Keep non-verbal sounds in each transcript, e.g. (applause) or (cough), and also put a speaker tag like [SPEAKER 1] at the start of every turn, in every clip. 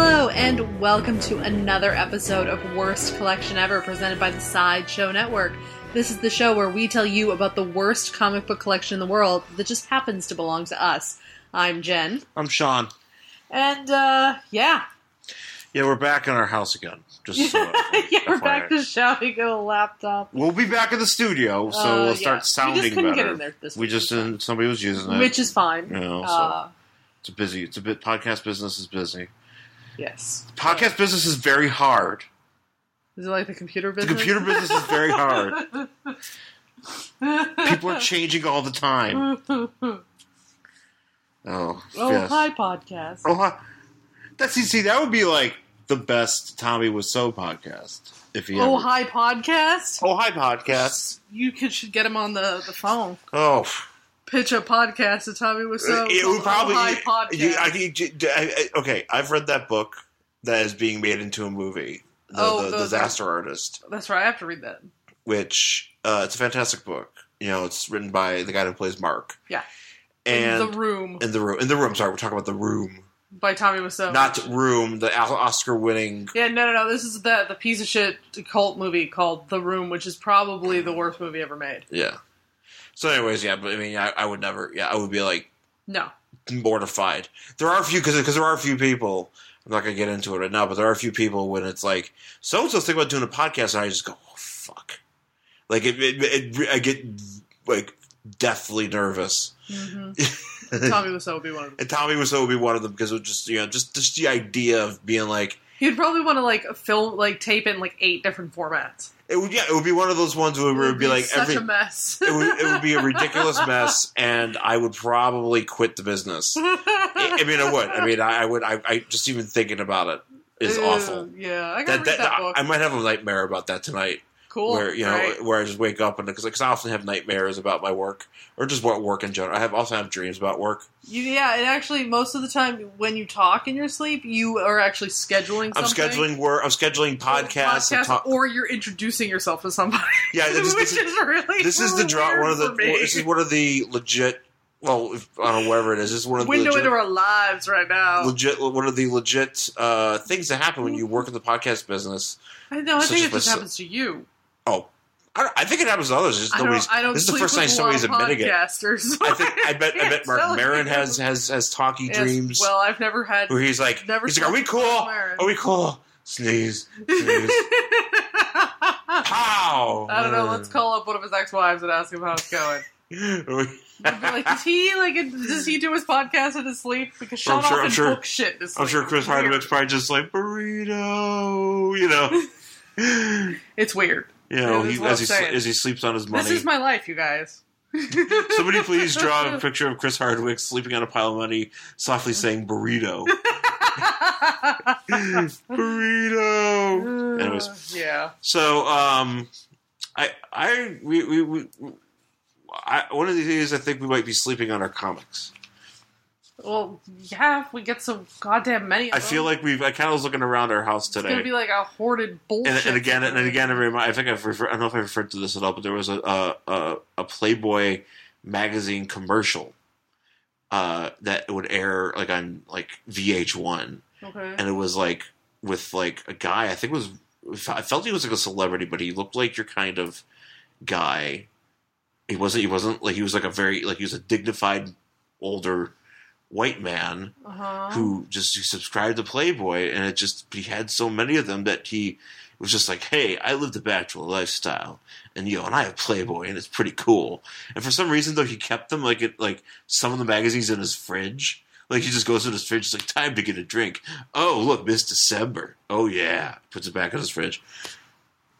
[SPEAKER 1] and welcome to another episode of Worst Collection Ever presented by the Sideshow Network. This is the show where we tell you about the worst comic book collection in the world that just happens to belong to us. I'm Jen.
[SPEAKER 2] I'm Sean.
[SPEAKER 1] And, uh, yeah. (laughs)
[SPEAKER 2] Yeah, we're back in our house again. Just so
[SPEAKER 1] yeah, we're back to shouting at a laptop.
[SPEAKER 2] We'll be back in the studio, so
[SPEAKER 1] Uh,
[SPEAKER 2] we'll
[SPEAKER 1] yeah.
[SPEAKER 2] start sounding
[SPEAKER 1] We just couldn't
[SPEAKER 2] better.
[SPEAKER 1] get in there this
[SPEAKER 2] we
[SPEAKER 1] week.
[SPEAKER 2] just didn't. Somebody was using it.
[SPEAKER 1] Which is fine.
[SPEAKER 2] you know, so
[SPEAKER 1] uh,
[SPEAKER 2] it's a busy. It's a bit. Podcast business is busy.
[SPEAKER 1] yes.
[SPEAKER 2] Podcast business is very hard.
[SPEAKER 1] Is it like the computer
[SPEAKER 2] The
[SPEAKER 1] business?
[SPEAKER 2] computer
[SPEAKER 1] (laughs)
[SPEAKER 2] business is very hard. People are changing all the time.
[SPEAKER 1] (laughs) oh,
[SPEAKER 2] Oh, yes.
[SPEAKER 1] hi, podcast.
[SPEAKER 2] Oh, hi. That's see. That would be like the best Tommy was so podcast if he.
[SPEAKER 1] Oh,
[SPEAKER 2] ever-
[SPEAKER 1] hi, podcast.
[SPEAKER 2] Oh hi podcast.
[SPEAKER 1] You could should get him on the, the phone.
[SPEAKER 2] Oh.
[SPEAKER 1] Pitch a podcast to Tommy Wiseau.
[SPEAKER 2] Uh, it would probably.
[SPEAKER 1] oh, hi, podcast.
[SPEAKER 2] you- I think you- I- I- okay, I've read that book that is being made into a movie. The,
[SPEAKER 1] Oh,
[SPEAKER 2] the,
[SPEAKER 1] the-
[SPEAKER 2] Disaster Artist,
[SPEAKER 1] That's right. I have to read that.
[SPEAKER 2] which uh, it's a fantastic book. You know, it's written by the guy who plays Mark.
[SPEAKER 1] Yeah.
[SPEAKER 2] and
[SPEAKER 1] the Room
[SPEAKER 2] in the room, in the room. Sorry, we're talking about the room,
[SPEAKER 1] by Tommy Wiseau.
[SPEAKER 2] not room. The Al- Oscar-winning.
[SPEAKER 1] Yeah, no, no, no. This is the the piece of shit cult movie called The Room, which is probably the worst movie ever made.
[SPEAKER 2] Yeah. So, anyways, yeah, but I mean, I, I would never. Yeah, I would be like
[SPEAKER 1] No,
[SPEAKER 2] mortified. There are a few because there are a few people. I'm not gonna get into it right now, but there are a few people when it's like so and so's thinking about doing a podcast, and I just go, oh fuck, like it, it, it I get like deathly nervous.
[SPEAKER 1] hmm (laughs)
[SPEAKER 2] and
[SPEAKER 1] Tommy Wiseau would be one of them.
[SPEAKER 2] Tommy was would be one of them because it would just you know just just the idea of being like
[SPEAKER 1] He'd probably want to like film, like tape in like eight different formats.
[SPEAKER 2] it would yeah it would be one of those ones where it would be like
[SPEAKER 1] such
[SPEAKER 2] every
[SPEAKER 1] a (laughs) mess.
[SPEAKER 2] it would, it would be a ridiculous mess, and I would probably quit the business. I, I mean, I would. I mean, I, I would. I, I just even thinking about it is
[SPEAKER 1] Ew,
[SPEAKER 2] awful.
[SPEAKER 1] Yeah, I gotta read
[SPEAKER 2] that, that,
[SPEAKER 1] that, book.
[SPEAKER 2] I might have a nightmare about that tonight,
[SPEAKER 1] cool.
[SPEAKER 2] where you know,
[SPEAKER 1] right?
[SPEAKER 2] where I just wake up and because I often have nightmares about my work or just what work in general. I have also have dreams about work.
[SPEAKER 1] You, yeah, and actually, most of the time when you talk in your sleep, you are actually scheduling. Something.
[SPEAKER 2] I'm scheduling work. I'm scheduling podcasts. and
[SPEAKER 1] Podcast,
[SPEAKER 2] talk-
[SPEAKER 1] or you're introducing yourself to somebody.
[SPEAKER 2] yeah,
[SPEAKER 1] (laughs)
[SPEAKER 2] this,
[SPEAKER 1] which
[SPEAKER 2] this is
[SPEAKER 1] is really
[SPEAKER 2] this is the drop.
[SPEAKER 1] weird
[SPEAKER 2] One of the
[SPEAKER 1] for me.
[SPEAKER 2] this is one of the legit. Well, if, I don't know wherever it is. This is one of the
[SPEAKER 1] window
[SPEAKER 2] legit,
[SPEAKER 1] into our lives right now.
[SPEAKER 2] legit one of the legit uh, things that happen when you work in the podcast business.
[SPEAKER 1] I know. I
[SPEAKER 2] such
[SPEAKER 1] think
[SPEAKER 2] a
[SPEAKER 1] it just
[SPEAKER 2] place-
[SPEAKER 1] happens to you.
[SPEAKER 2] Oh, I, don't- I think it happens to others. It's Just
[SPEAKER 1] I don't.
[SPEAKER 2] nobody's.
[SPEAKER 1] I don't
[SPEAKER 2] this is the
[SPEAKER 1] sleep
[SPEAKER 2] first
[SPEAKER 1] with
[SPEAKER 2] time somebody's
[SPEAKER 1] a lot of
[SPEAKER 2] admitting it.
[SPEAKER 1] podcasters. (laughs)
[SPEAKER 2] I think I bet I bet
[SPEAKER 1] Tell
[SPEAKER 2] Mark Maron
[SPEAKER 1] you.
[SPEAKER 2] has has has talky
[SPEAKER 1] Yes,
[SPEAKER 2] dreams
[SPEAKER 1] Well, I've never had.
[SPEAKER 2] where he's
[SPEAKER 1] (laughs)
[SPEAKER 2] like
[SPEAKER 1] Never
[SPEAKER 2] he's like are we
[SPEAKER 1] slept
[SPEAKER 2] cool
[SPEAKER 1] with Mark Maron."
[SPEAKER 2] are we cool sneeze
[SPEAKER 1] (laughs)
[SPEAKER 2] sneeze pow
[SPEAKER 1] I don't know. Let's
[SPEAKER 2] (laughs)
[SPEAKER 1] call up one of his ex-wives and ask him how it's going. I'd be like, is he like? in- Does he do his podcast in his sleep? Because Sean
[SPEAKER 2] Well, I'm sure-
[SPEAKER 1] often
[SPEAKER 2] I'm sure-
[SPEAKER 1] books shit. In his
[SPEAKER 2] I'm
[SPEAKER 1] sleep.
[SPEAKER 2] sure Chris
[SPEAKER 1] Weird.
[SPEAKER 2] Hardwick's probably just like burrito
[SPEAKER 1] (laughs)
[SPEAKER 2] you know
[SPEAKER 1] It's weird.
[SPEAKER 2] you
[SPEAKER 1] Yeah,
[SPEAKER 2] know
[SPEAKER 1] that's
[SPEAKER 2] he,
[SPEAKER 1] what
[SPEAKER 2] as
[SPEAKER 1] I'm
[SPEAKER 2] he
[SPEAKER 1] saying.
[SPEAKER 2] sl- as he sleeps on his money
[SPEAKER 1] This is my (laughs) life, you guys.
[SPEAKER 2] (laughs) somebody please
[SPEAKER 1] (laughs)
[SPEAKER 2] draw a picture of Chris Hardwick sleeping on a pile of money softly
[SPEAKER 1] (laughs)
[SPEAKER 2] saying burrito burrito Anyways.
[SPEAKER 1] yeah.
[SPEAKER 2] So, um, I, I, we, we, we I, one of these days, I think we might be sleeping on our comics.
[SPEAKER 1] Well, yeah. If we get so goddamn many, of
[SPEAKER 2] I feel
[SPEAKER 1] them,
[SPEAKER 2] like we've. I kind of was looking around our house
[SPEAKER 1] it's gonna
[SPEAKER 2] today,
[SPEAKER 1] be like a hoarded bullshit.
[SPEAKER 2] and, and again, and again, I, remi- I think I've. Refer- I don't know if I referred to this at all, but there was a a, a, a Playboy magazine commercial uh, that would air like on like VH1,
[SPEAKER 1] Okay.
[SPEAKER 2] and it was like with like a guy. I think it was I felt he was like a celebrity, but he looked like your kind of guy. He wasn't. He wasn't like he was like a very like he was a dignified older white man
[SPEAKER 1] Uh-huh.
[SPEAKER 2] who just he subscribed to Playboy, and it just he had so many of them that he was just like, "Hey, I live the bachelor lifestyle, and yo, and I have Playboy, and it's pretty cool." And for some reason, though, he kept them like it like some of the magazines in his fridge. Like he just goes in his fridge, it's like time to get a drink. Oh, look, Miss December. Oh yeah, puts it back in his fridge.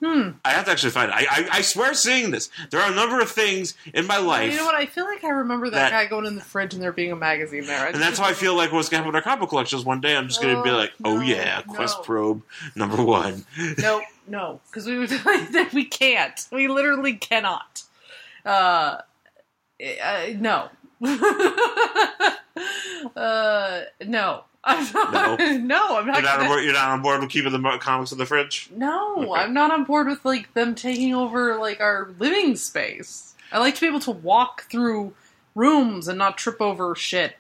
[SPEAKER 1] Hmm.
[SPEAKER 2] I have to actually find it. I, I, I swear, seeing this, there are a number of things in my life.
[SPEAKER 1] You know what? I feel like I remember that,
[SPEAKER 2] That-
[SPEAKER 1] guy going in the fridge and there being a magazine there. I
[SPEAKER 2] And that's how I feel like what's gonna happen with our comic collections one day. I'm just gonna be
[SPEAKER 1] Oh,
[SPEAKER 2] like, oh
[SPEAKER 1] no,
[SPEAKER 2] yeah, Quest
[SPEAKER 1] no.
[SPEAKER 2] Probe number one.
[SPEAKER 1] no, no, because we would (laughs) we can't. We literally cannot. Uh, uh no, (laughs) uh, no. (laughs) I'm not,
[SPEAKER 2] No.
[SPEAKER 1] no. I'm not.
[SPEAKER 2] You're not, on
[SPEAKER 1] gonna-
[SPEAKER 2] board, you're not on board with keeping the mo- comics in the fridge.
[SPEAKER 1] no,
[SPEAKER 2] Okay.
[SPEAKER 1] I'm not on board with like them taking over like our living space. I like to be able to walk through rooms and not trip over shit.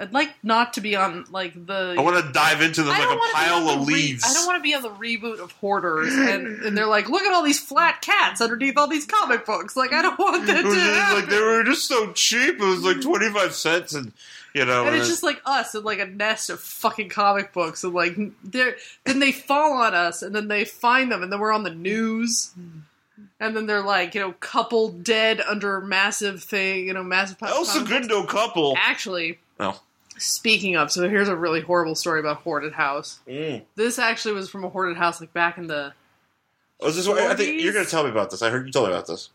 [SPEAKER 1] I'd like not to be on like the.
[SPEAKER 2] I want to dive into them
[SPEAKER 1] I
[SPEAKER 2] like
[SPEAKER 1] don't
[SPEAKER 2] a
[SPEAKER 1] wanna be on
[SPEAKER 2] pile
[SPEAKER 1] the
[SPEAKER 2] of
[SPEAKER 1] re-
[SPEAKER 2] leaves.
[SPEAKER 1] I don't want to be on the reboot of Hoarders, and, and they're like, look at all these flat cats underneath all these comic books. Like, I don't want that
[SPEAKER 2] It
[SPEAKER 1] to
[SPEAKER 2] was just,
[SPEAKER 1] happen.
[SPEAKER 2] like they were just so cheap. It was like twenty five cents, and you know,
[SPEAKER 1] Mm. and it's
[SPEAKER 2] and-
[SPEAKER 1] just like us and like a nest of fucking comic books, and like they're then they fall on us, and then they find them, and then we're on the news. And then they're like, you know, couple dead under massive thing, you know, massive.
[SPEAKER 2] El Segundo couple.
[SPEAKER 1] Actually,
[SPEAKER 2] Oh.
[SPEAKER 1] speaking of, so here's a really horrible story about hoarded house.
[SPEAKER 2] Mm.
[SPEAKER 1] This actually was from a hoarded house, like back in the
[SPEAKER 2] Oh, is this what, I think you're going to tell me about this. I heard you told me about this.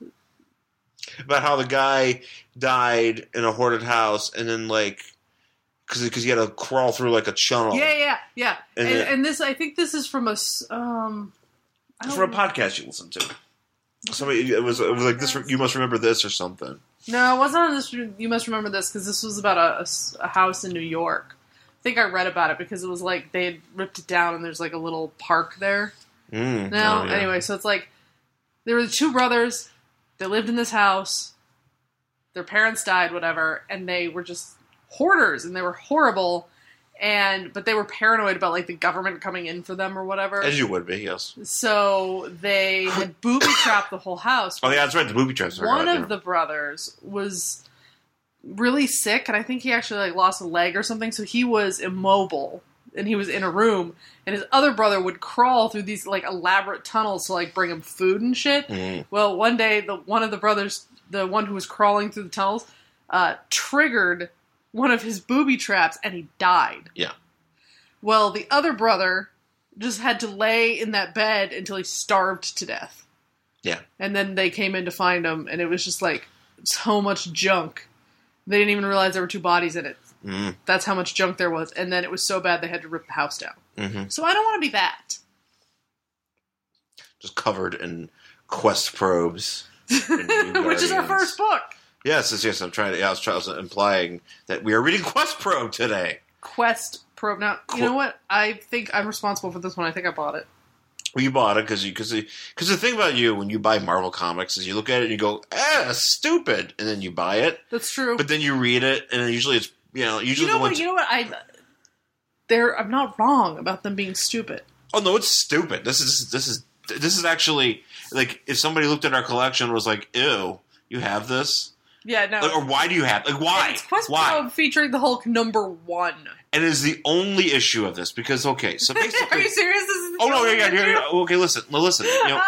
[SPEAKER 2] About how the guy died in a hoarded house and then, like, because he had to crawl through, like, a tunnel.
[SPEAKER 1] Yeah, yeah, yeah.
[SPEAKER 2] Oh. And
[SPEAKER 1] And,
[SPEAKER 2] then-
[SPEAKER 1] and this, I think this is from a s- um. I
[SPEAKER 2] It's
[SPEAKER 1] don't
[SPEAKER 2] from a
[SPEAKER 1] know.
[SPEAKER 2] podcast you listened to. Somebody, it was, it was like, this. you must remember this or something.
[SPEAKER 1] No, it wasn't on this. You must remember this because this was about a- a, s- a house in New York. I think I read about it because it was like they had ripped it down and there's like a little park there.
[SPEAKER 2] Mm.
[SPEAKER 1] No,
[SPEAKER 2] Oh, yeah.
[SPEAKER 1] anyway, so it's like there were two brothers. They lived in this house. Their parents died, whatever, and they were just hoarders and they were horrible. And but they were paranoid about like the government coming in for them or whatever.
[SPEAKER 2] As you would be, yes.
[SPEAKER 1] So they had booby trapped the whole house.
[SPEAKER 2] Oh, yeah, that's right. The booby traps are
[SPEAKER 1] One
[SPEAKER 2] out
[SPEAKER 1] of
[SPEAKER 2] there.
[SPEAKER 1] the brothers was really sick, and I think he actually like lost a leg or something. So he was immobile, and he was in a room. And his other brother would crawl through these like elaborate tunnels to like bring him food and shit.
[SPEAKER 2] Mm.
[SPEAKER 1] Well, one day the one of the brothers, the one who was crawling through the tunnels, uh, triggered one of his booby traps, and he died.
[SPEAKER 2] Yeah.
[SPEAKER 1] Well, the other brother just had to lay in that bed until he starved to death.
[SPEAKER 2] Yeah.
[SPEAKER 1] And then they came in to find him, and it was just like so much junk. They didn't even realize there were two bodies in it.
[SPEAKER 2] Mm.
[SPEAKER 1] That's how much junk there was. And then it was so bad they had to rip the house down.
[SPEAKER 2] hmm
[SPEAKER 1] So I don't want to be that. (laughs)
[SPEAKER 2] Just covered in quest probes.
[SPEAKER 1] (laughs)
[SPEAKER 2] And you
[SPEAKER 1] Which is our
[SPEAKER 2] guardians.
[SPEAKER 1] first book.
[SPEAKER 2] Yes, yes, yes. I'm trying to, yeah, I was trying, I was implying that we are reading (laughs) Quest Probe today.
[SPEAKER 1] Quest probe. Now,
[SPEAKER 2] Qu-
[SPEAKER 1] you know what? I think I'm responsible for this one. I think I bought it.
[SPEAKER 2] Well, you bought it because you because because the thing about you when you buy Marvel comics is you look at it and you go ah that's stupid and then you buy it
[SPEAKER 1] That's true.
[SPEAKER 2] but then you read it and then usually it's you know
[SPEAKER 1] you
[SPEAKER 2] usually
[SPEAKER 1] know
[SPEAKER 2] the
[SPEAKER 1] what?
[SPEAKER 2] ones
[SPEAKER 1] You know what? I. They're, I'm not wrong about them being stupid.
[SPEAKER 2] oh no it's stupid this is this is this is actually like if somebody looked at our collection and was like ew you have this
[SPEAKER 1] Yeah, no.
[SPEAKER 2] like, or why do you have like
[SPEAKER 1] And
[SPEAKER 2] why
[SPEAKER 1] It's Quest
[SPEAKER 2] why
[SPEAKER 1] Probe featuring the Hulk number one. (laughs)
[SPEAKER 2] and it is the only issue of this because okay so
[SPEAKER 1] Are
[SPEAKER 2] basically
[SPEAKER 1] you serious? This is
[SPEAKER 2] oh no yeah, yeah, yeah, yeah.
[SPEAKER 1] (laughs)
[SPEAKER 2] okay listen no listen you know,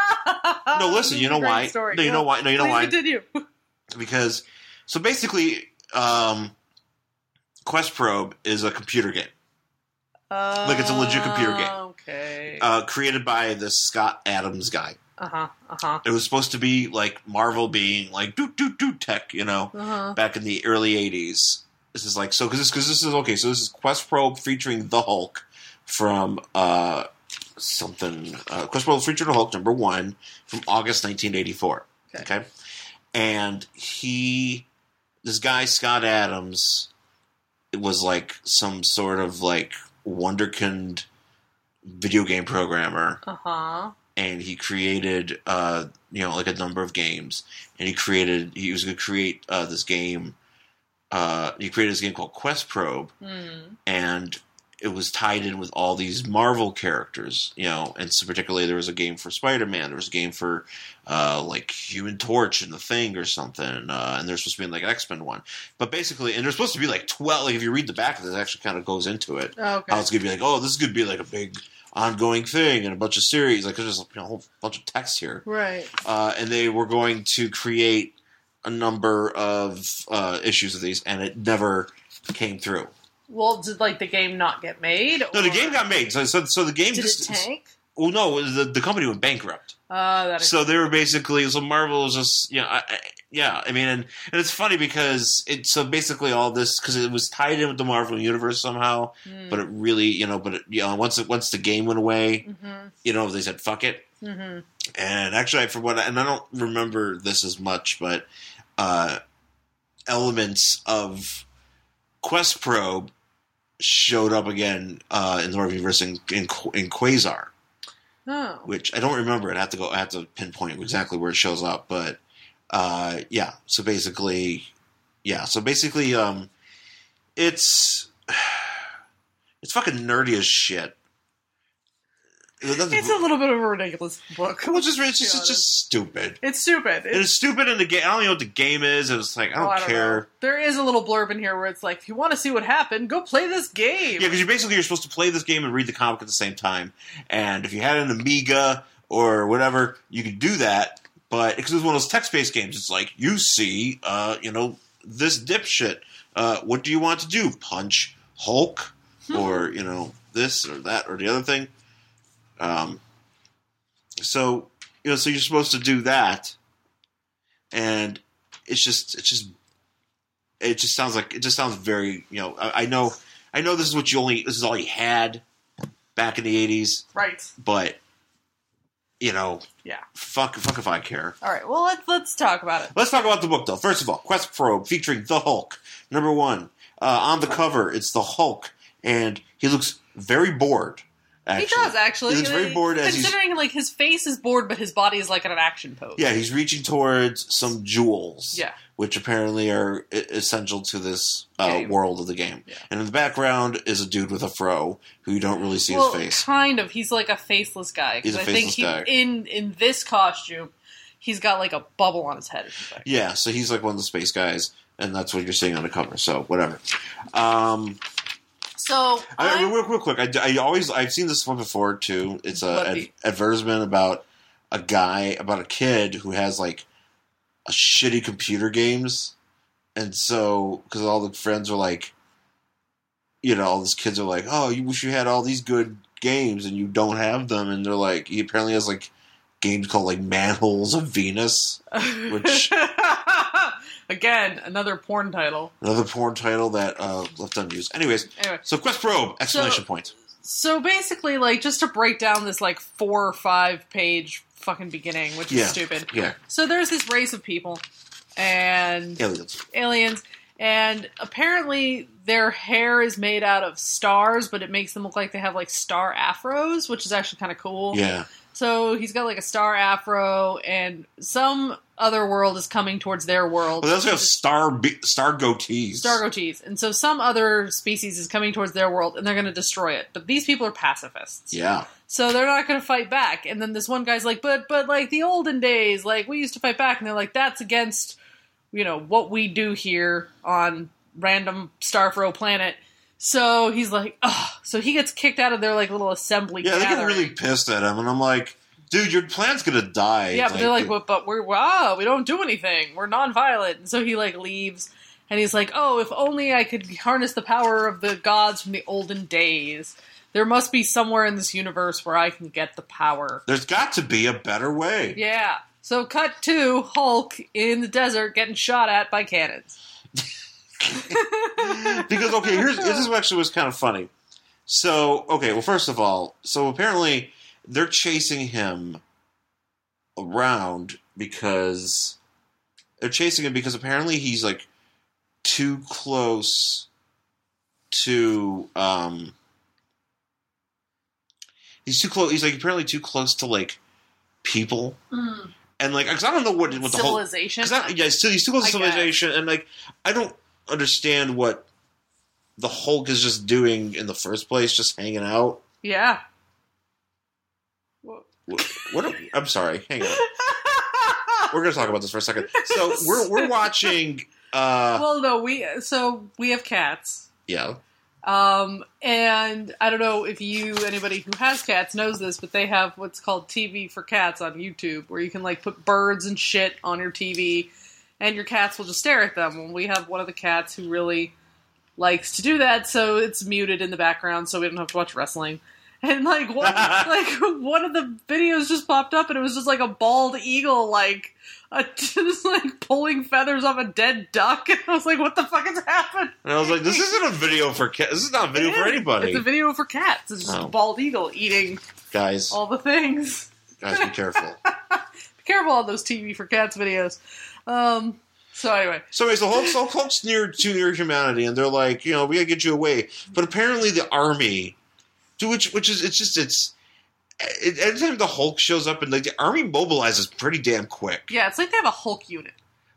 [SPEAKER 2] no listen you know why no you know why no you know
[SPEAKER 1] Please
[SPEAKER 2] why (laughs)
[SPEAKER 1] Continue.
[SPEAKER 2] because so basically um quest probe is a computer game
[SPEAKER 1] Like
[SPEAKER 2] it's a legit computer game.
[SPEAKER 1] Okay. Uh
[SPEAKER 2] uh, created by this scott adams guy
[SPEAKER 1] huh. Uh huh.
[SPEAKER 2] it was supposed to be like marvel being like doot doot doot tech you know
[SPEAKER 1] Uh huh.
[SPEAKER 2] back in the early 80s this is like so because this, 'cause this is okay so this is quest probe featuring the hulk from uh something uh, quest probe featuring the hulk number one from august 1984
[SPEAKER 1] Okay.
[SPEAKER 2] okay? and he this guy scott adams it was like some sort of like wonderkind video game programmer
[SPEAKER 1] Uh huh.
[SPEAKER 2] and he created uh you know like a number of games and he created he was going to create uh this game uh he created this game called quest probe
[SPEAKER 1] Mm.
[SPEAKER 2] and it was tied in with all these Marvel characters, you know, and so particularly there was a game for Spider Man, there was a game for uh, like Human Torch and the Thing or something, uh, and there's supposed to be like an X Men one, but basically, and there's supposed to be like twelve. Like if you read the back of this, it actually kind of goes into it.
[SPEAKER 1] Oh, okay.
[SPEAKER 2] How it's gonna be like, oh, this is gonna be like a big ongoing thing and a bunch of series. Like there's just you know, a whole bunch of text here
[SPEAKER 1] right.
[SPEAKER 2] uh, and they were going to create a number of uh, issues of these, and it never came through.
[SPEAKER 1] Well, did like the game not get made?
[SPEAKER 2] No, the
[SPEAKER 1] or-
[SPEAKER 2] game got made. So, so, so the game
[SPEAKER 1] Did it
[SPEAKER 2] just.
[SPEAKER 1] tank?
[SPEAKER 2] Well, no, the, the company went bankrupt.
[SPEAKER 1] Uh, that is.
[SPEAKER 2] So they were basically. So Marvel was just, you know, I, I, yeah. I mean, and, and it's funny because it. So basically, all this because it was tied in with the Marvel universe somehow,
[SPEAKER 1] Mm.
[SPEAKER 2] but it really, you know, but it, you know, once it, once the game went away,
[SPEAKER 1] Mm-hmm.
[SPEAKER 2] you know, they said fuck it.
[SPEAKER 1] Mm-hmm.
[SPEAKER 2] And actually, I for what, and I don't remember this as much, but uh, elements of Quest Probe showed up again uh, in the Marvel Universe in, in, Qu- in Quasar,
[SPEAKER 1] Oh.
[SPEAKER 2] which I don't remember. I have to go. I have to pinpoint exactly where it shows up, but uh, yeah. So basically, yeah. So basically, um, it's (sighs) it's fucking nerdy as shit. It doesn't-
[SPEAKER 1] It's a little bit of a ridiculous book. (laughs)
[SPEAKER 2] well, just it's
[SPEAKER 1] be
[SPEAKER 2] just, it's just stupid.
[SPEAKER 1] It's stupid.
[SPEAKER 2] It
[SPEAKER 1] It's,
[SPEAKER 2] is stupid in the game. I don't even know what the game is. It was like I
[SPEAKER 1] oh,
[SPEAKER 2] don't care.
[SPEAKER 1] know. There is a little blurb in here where it's like, if you want to see what happened, go play this game.
[SPEAKER 2] Yeah, because you basically you're supposed to play this game and read the comic at the same time. And if you had an Amiga or whatever, you could do that. But because it was one of those text-based games, it's like you see, uh, you know, this dipshit. Uh, what do you want to do? Punch Hulk, or you know, this or that or the other thing. Um, so you know, so you're supposed to do that, and it's just, it's just, it just sounds like it just sounds very, you know, I, I know I know this is what you only this is all he had back in the eighties,
[SPEAKER 1] Right.
[SPEAKER 2] but you know,
[SPEAKER 1] Yeah.
[SPEAKER 2] fuck, fuck if I care.
[SPEAKER 1] All right. Well, let's let's talk about it.
[SPEAKER 2] Let's talk about the book though. First of all, Quest Probe featuring the Hulk, number one uh, on the cover. It's the Hulk, and he looks very bored. Actually.
[SPEAKER 1] He does actually.
[SPEAKER 2] he looks very bored as he's
[SPEAKER 1] considering like his face is bored, but his body is like in an action pose.
[SPEAKER 2] yeah, he's reaching towards some jewels.
[SPEAKER 1] Yeah.
[SPEAKER 2] which apparently are e- essential to this uh,
[SPEAKER 1] Game.
[SPEAKER 2] world of the game.
[SPEAKER 1] Yeah.
[SPEAKER 2] And in the background is a dude with a fro who you don't really see
[SPEAKER 1] well,
[SPEAKER 2] his face.
[SPEAKER 1] kind of. He's like a faceless guy. 'cause
[SPEAKER 2] He's a
[SPEAKER 1] I think
[SPEAKER 2] faceless
[SPEAKER 1] he,
[SPEAKER 2] guy.
[SPEAKER 1] in in this costume, he's got like a bubble on his head. Or something.
[SPEAKER 2] Yeah, so he's like one of the space guys, and that's what you're seeing on the cover. So whatever. Um,
[SPEAKER 1] So
[SPEAKER 2] I,
[SPEAKER 1] I'm-
[SPEAKER 2] real, real quick, I, I always I've seen this one before too. It's a ad,
[SPEAKER 1] Bloody.
[SPEAKER 2] advertisement about a guy about a kid who has like a shitty computer games, and so because all the friends are like, you know, all these kids are like, oh, you wish you had all these good games and you don't have them, and they're like, he apparently has like games called like Manholes of Venus.
[SPEAKER 1] (laughs)
[SPEAKER 2] Which-
[SPEAKER 1] again another porn title.
[SPEAKER 2] Another porn title that uh, left unused. Anyways,
[SPEAKER 1] Anyway,
[SPEAKER 2] so Quest Probe! Exclamation point.
[SPEAKER 1] so basically, like just to break down this like four or five page fucking beginning, which
[SPEAKER 2] Yeah.
[SPEAKER 1] is stupid.
[SPEAKER 2] Yeah,
[SPEAKER 1] So there's this race of people, and
[SPEAKER 2] aliens.
[SPEAKER 1] aliens and apparently their hair is made out of stars but it makes them look like they have like star afros which is actually kind of cool
[SPEAKER 2] Yeah,
[SPEAKER 1] so he's got like a star afro and some other world is coming towards their world
[SPEAKER 2] well, they also have star be- star goatees.
[SPEAKER 1] star goatees and so some other species is coming towards their world and they're going to destroy it but these people are pacifists
[SPEAKER 2] Yeah,
[SPEAKER 1] so they're not going to fight back. And then this one guy's like, but but like the olden days, like we used to fight back. And they're like, that's against you know what we do here on random Starfro planet. So he's like, oh, so he gets kicked out of their like little assembly.
[SPEAKER 2] yeah. They get
[SPEAKER 1] gathering.
[SPEAKER 2] really pissed at him, and I'm like, dude, your plan's gonna die.
[SPEAKER 1] Yeah, but they're like, but, but we're wow, we don't do anything. We're nonviolent. And so he like leaves, and he's like, oh, if only I could harness the power of the gods from the olden days. There must be somewhere in this universe where I can get the power.
[SPEAKER 2] There's got to be a better way.
[SPEAKER 1] Yeah. So cut to Hulk in the desert getting shot at by cannons.
[SPEAKER 2] because okay, here's this is actually was kind of funny. So okay, well, first of all, so apparently they're chasing him around because they're chasing him because apparently he's like too close to um he's too close he's like apparently too close to like people and like 'cause I don't know what what the whole
[SPEAKER 1] Civilization.
[SPEAKER 2] because I, yeah, still, he's still close to
[SPEAKER 1] I guess.
[SPEAKER 2] civilization, and like I don't understand what the Hulk is just doing in the first place, just hanging out.
[SPEAKER 1] yeah. (laughs)
[SPEAKER 2] What? what are- I'm sorry, hang on. We're gonna talk about this for a second. So we're we're watching. uh
[SPEAKER 1] well, no, we so we have cats.
[SPEAKER 2] Yeah,
[SPEAKER 1] Um, and I don't know if you anybody who has cats knows this, but they have what's called TV for cats on YouTube, where you can like put birds and shit on your TV, and your cats will just stare at them. And we have one of the cats who really likes to do that, so it's muted in the background, so we don't have to watch wrestling. (laughs) And like one, like one of the videos just popped up, and it was just like a bald eagle, like (laughs) a, just like pulling feathers off a dead duck, (laughs) and I was like, "What the fuck has happened?"
[SPEAKER 2] and I was like, this isn't a video for ca- this is not a video
[SPEAKER 1] It
[SPEAKER 2] for
[SPEAKER 1] is.
[SPEAKER 2] anybody,
[SPEAKER 1] It's a video for cats. It's just
[SPEAKER 2] Oh.
[SPEAKER 1] a bald eagle eating
[SPEAKER 2] guys.
[SPEAKER 1] all the things. (laughs)
[SPEAKER 2] Guys, be careful.
[SPEAKER 1] Be careful on those TV for cats videos. Um, so anyway,
[SPEAKER 2] So anyways, the Hulk, so Hulk's near to near humanity, and they're like, you know, we gotta get you away. But apparently, the army, to which which is it's just it's. It, every time the Hulk shows up, and like the army mobilizes pretty damn quick.
[SPEAKER 1] yeah, it's like they have a Hulk unit.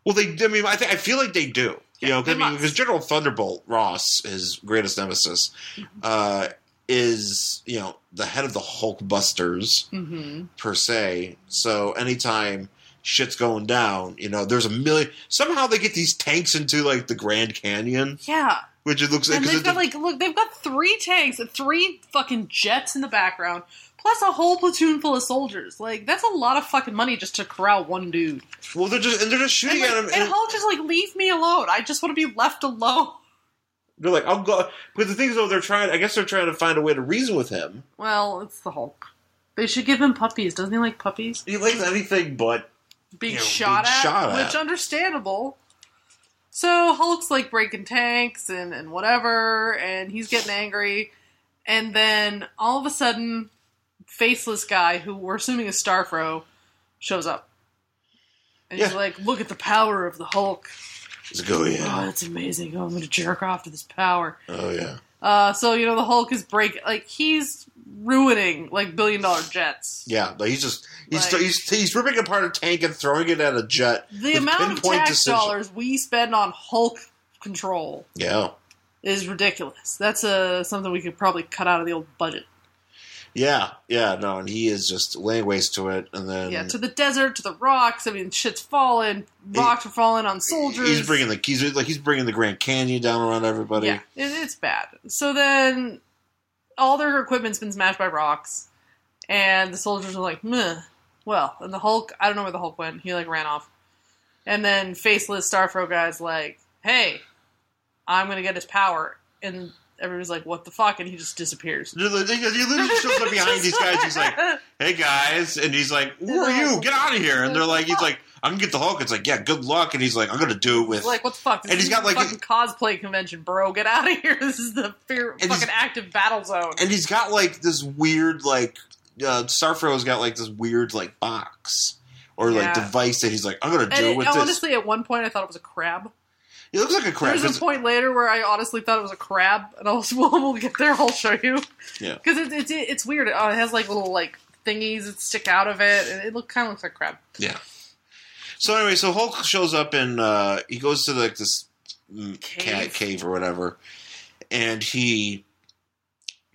[SPEAKER 2] Well, they. I mean, I think I feel like they do. You know, 'cause
[SPEAKER 3] they
[SPEAKER 2] I mean,
[SPEAKER 3] must.
[SPEAKER 2] because General Thunderbolt Ross, his greatest nemesis,
[SPEAKER 3] Mm-hmm.
[SPEAKER 2] uh, is you know the head of the Hulk Busters
[SPEAKER 1] Mm-hmm.
[SPEAKER 2] per se. So anytime shit's going down, you know, there's a million. Somehow they get these tanks into like the Grand Canyon,
[SPEAKER 1] Yeah,
[SPEAKER 2] which it looks like.
[SPEAKER 1] and
[SPEAKER 2] 'cause
[SPEAKER 1] they've
[SPEAKER 2] it-
[SPEAKER 1] got like look, they've got three tanks, three fucking jets in the background, plus a whole platoon full of soldiers. Like that's a lot of fucking money just to corral one dude.
[SPEAKER 2] well, they're just and they're just
[SPEAKER 1] And,
[SPEAKER 2] shooting
[SPEAKER 1] like,
[SPEAKER 2] at him.
[SPEAKER 1] and Hulk just like leave me alone. I just want to be left alone. (laughs)
[SPEAKER 2] They're like, I'll go. But the thing is, though, they're trying. I guess they're trying to find a way to reason with him.
[SPEAKER 1] Well, it's the Hulk. They should give him puppies. Doesn't he like puppies?
[SPEAKER 2] He likes anything but.
[SPEAKER 1] Being
[SPEAKER 2] Yeah,
[SPEAKER 1] shot,
[SPEAKER 2] being
[SPEAKER 1] at,
[SPEAKER 2] shot at.
[SPEAKER 1] which understandable. So Hulk's like breaking tanks and and whatever, and he's getting angry, and then all of a sudden, faceless guy who we're assuming is Starfro shows up, and he's
[SPEAKER 2] Yeah.
[SPEAKER 1] like, "Look at the power of the Hulk!
[SPEAKER 2] It's like, oh
[SPEAKER 1] Oh,
[SPEAKER 2] yeah,
[SPEAKER 1] that's amazing! Oh, I'm gonna jerk off to this power."
[SPEAKER 2] oh yeah.
[SPEAKER 1] Uh, so you know the Hulk is break like he's ruining like billion dollar jets.
[SPEAKER 2] Yeah, like he's just he's,
[SPEAKER 1] Like-
[SPEAKER 2] he's he's ripping apart a tank and throwing it at a jet.
[SPEAKER 1] The
[SPEAKER 2] with
[SPEAKER 1] amount of
[SPEAKER 2] pinpoint
[SPEAKER 1] tax
[SPEAKER 2] decision.
[SPEAKER 1] dollars we spend on Hulk control
[SPEAKER 2] Yeah,
[SPEAKER 1] is ridiculous. That's uh, something we could probably cut out of the old budget.
[SPEAKER 2] yeah, yeah. No, and he is just laying waste to it, and then
[SPEAKER 1] yeah, to the desert, to the rocks. I mean, shit's fallen. Rocks are falling on soldiers.
[SPEAKER 2] he's bringing the he's like he's bringing the Grand Canyon down around everybody.
[SPEAKER 1] Yeah, it, it's bad. So then, all their equipment's been smashed by rocks, and the soldiers are like, "Meh." Well, and the Hulk, I don't know where the Hulk went. He like ran off, and then faceless Starfro guy's like, "Hey, I'm gonna get his power," and everybody's like, "What the fuck?" and he just disappears.
[SPEAKER 2] He literally shows up behind these guys. He's like,
[SPEAKER 1] (laughs)
[SPEAKER 2] "Hey guys," and he's like, "Who are you? Get out of here!" And they're like, "He's like, I'm gonna get the Hulk." It's like, "Yeah, good luck." And he's like, "I'm gonna do it with."
[SPEAKER 1] Like what the fuck? This
[SPEAKER 2] And he's
[SPEAKER 1] is
[SPEAKER 2] got,
[SPEAKER 1] a
[SPEAKER 2] like,
[SPEAKER 1] fucking cosplay convention, bro. Get out of here. (laughs) This is the fear,
[SPEAKER 2] And he's-
[SPEAKER 1] fucking active battle zone.
[SPEAKER 2] and he's got like this weird like uh, Starfro's got like this weird like box or like
[SPEAKER 1] Yeah.
[SPEAKER 2] device that he's like I'm gonna
[SPEAKER 1] And
[SPEAKER 2] do
[SPEAKER 1] it-
[SPEAKER 2] with this.
[SPEAKER 1] honestly, at one point, I thought it was a crab.
[SPEAKER 2] It looks like a crab.
[SPEAKER 1] There's a point later where I honestly thought it was a crab, and I'll (laughs) we'll, we'll get there. I'll show you.
[SPEAKER 2] Yeah.
[SPEAKER 1] Because it's it's it's weird. Uh, it has like little like thingies that stick out of it, and it look kind of looks like crab.
[SPEAKER 2] yeah. So anyway, so Hulk shows up and uh, he goes to like this mm,
[SPEAKER 1] Cave.
[SPEAKER 2] cat cave or whatever, and he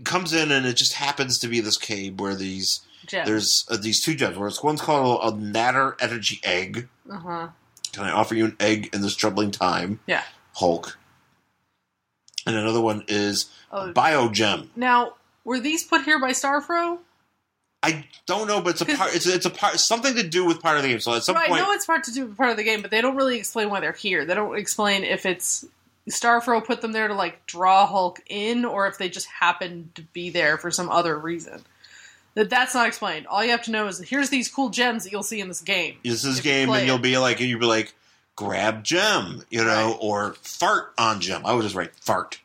[SPEAKER 2] comes in and it just happens to be this cave where these
[SPEAKER 1] Jet.
[SPEAKER 2] there's uh, these two gems where it's one's called a Natter Energy Egg.
[SPEAKER 1] Uh huh.
[SPEAKER 2] Can I offer you an egg in this troubling time?
[SPEAKER 1] Yeah.
[SPEAKER 2] Hulk. And another one is
[SPEAKER 1] Oh.
[SPEAKER 2] Biogem.
[SPEAKER 1] now were these put here by Starfro?
[SPEAKER 2] I don't know, but it's a part. It's a, it's a part. Something to do with part of the game. So at some
[SPEAKER 1] right.
[SPEAKER 2] point,
[SPEAKER 1] No, it's part to do part of the game, but they don't really explain why they're here. They don't explain if it's Starfro put them there to like draw Hulk in, or if they just happened to be there for some other reason. That that's not explained. All you have to know is here's these cool gems that you'll see in this game.
[SPEAKER 2] this
[SPEAKER 1] if
[SPEAKER 2] is
[SPEAKER 1] you
[SPEAKER 2] game,
[SPEAKER 1] play
[SPEAKER 2] and you'll
[SPEAKER 1] it.
[SPEAKER 2] be like, you'll be like, grab gem, you know,
[SPEAKER 1] Right.
[SPEAKER 2] or fart on gem. I would just write fart,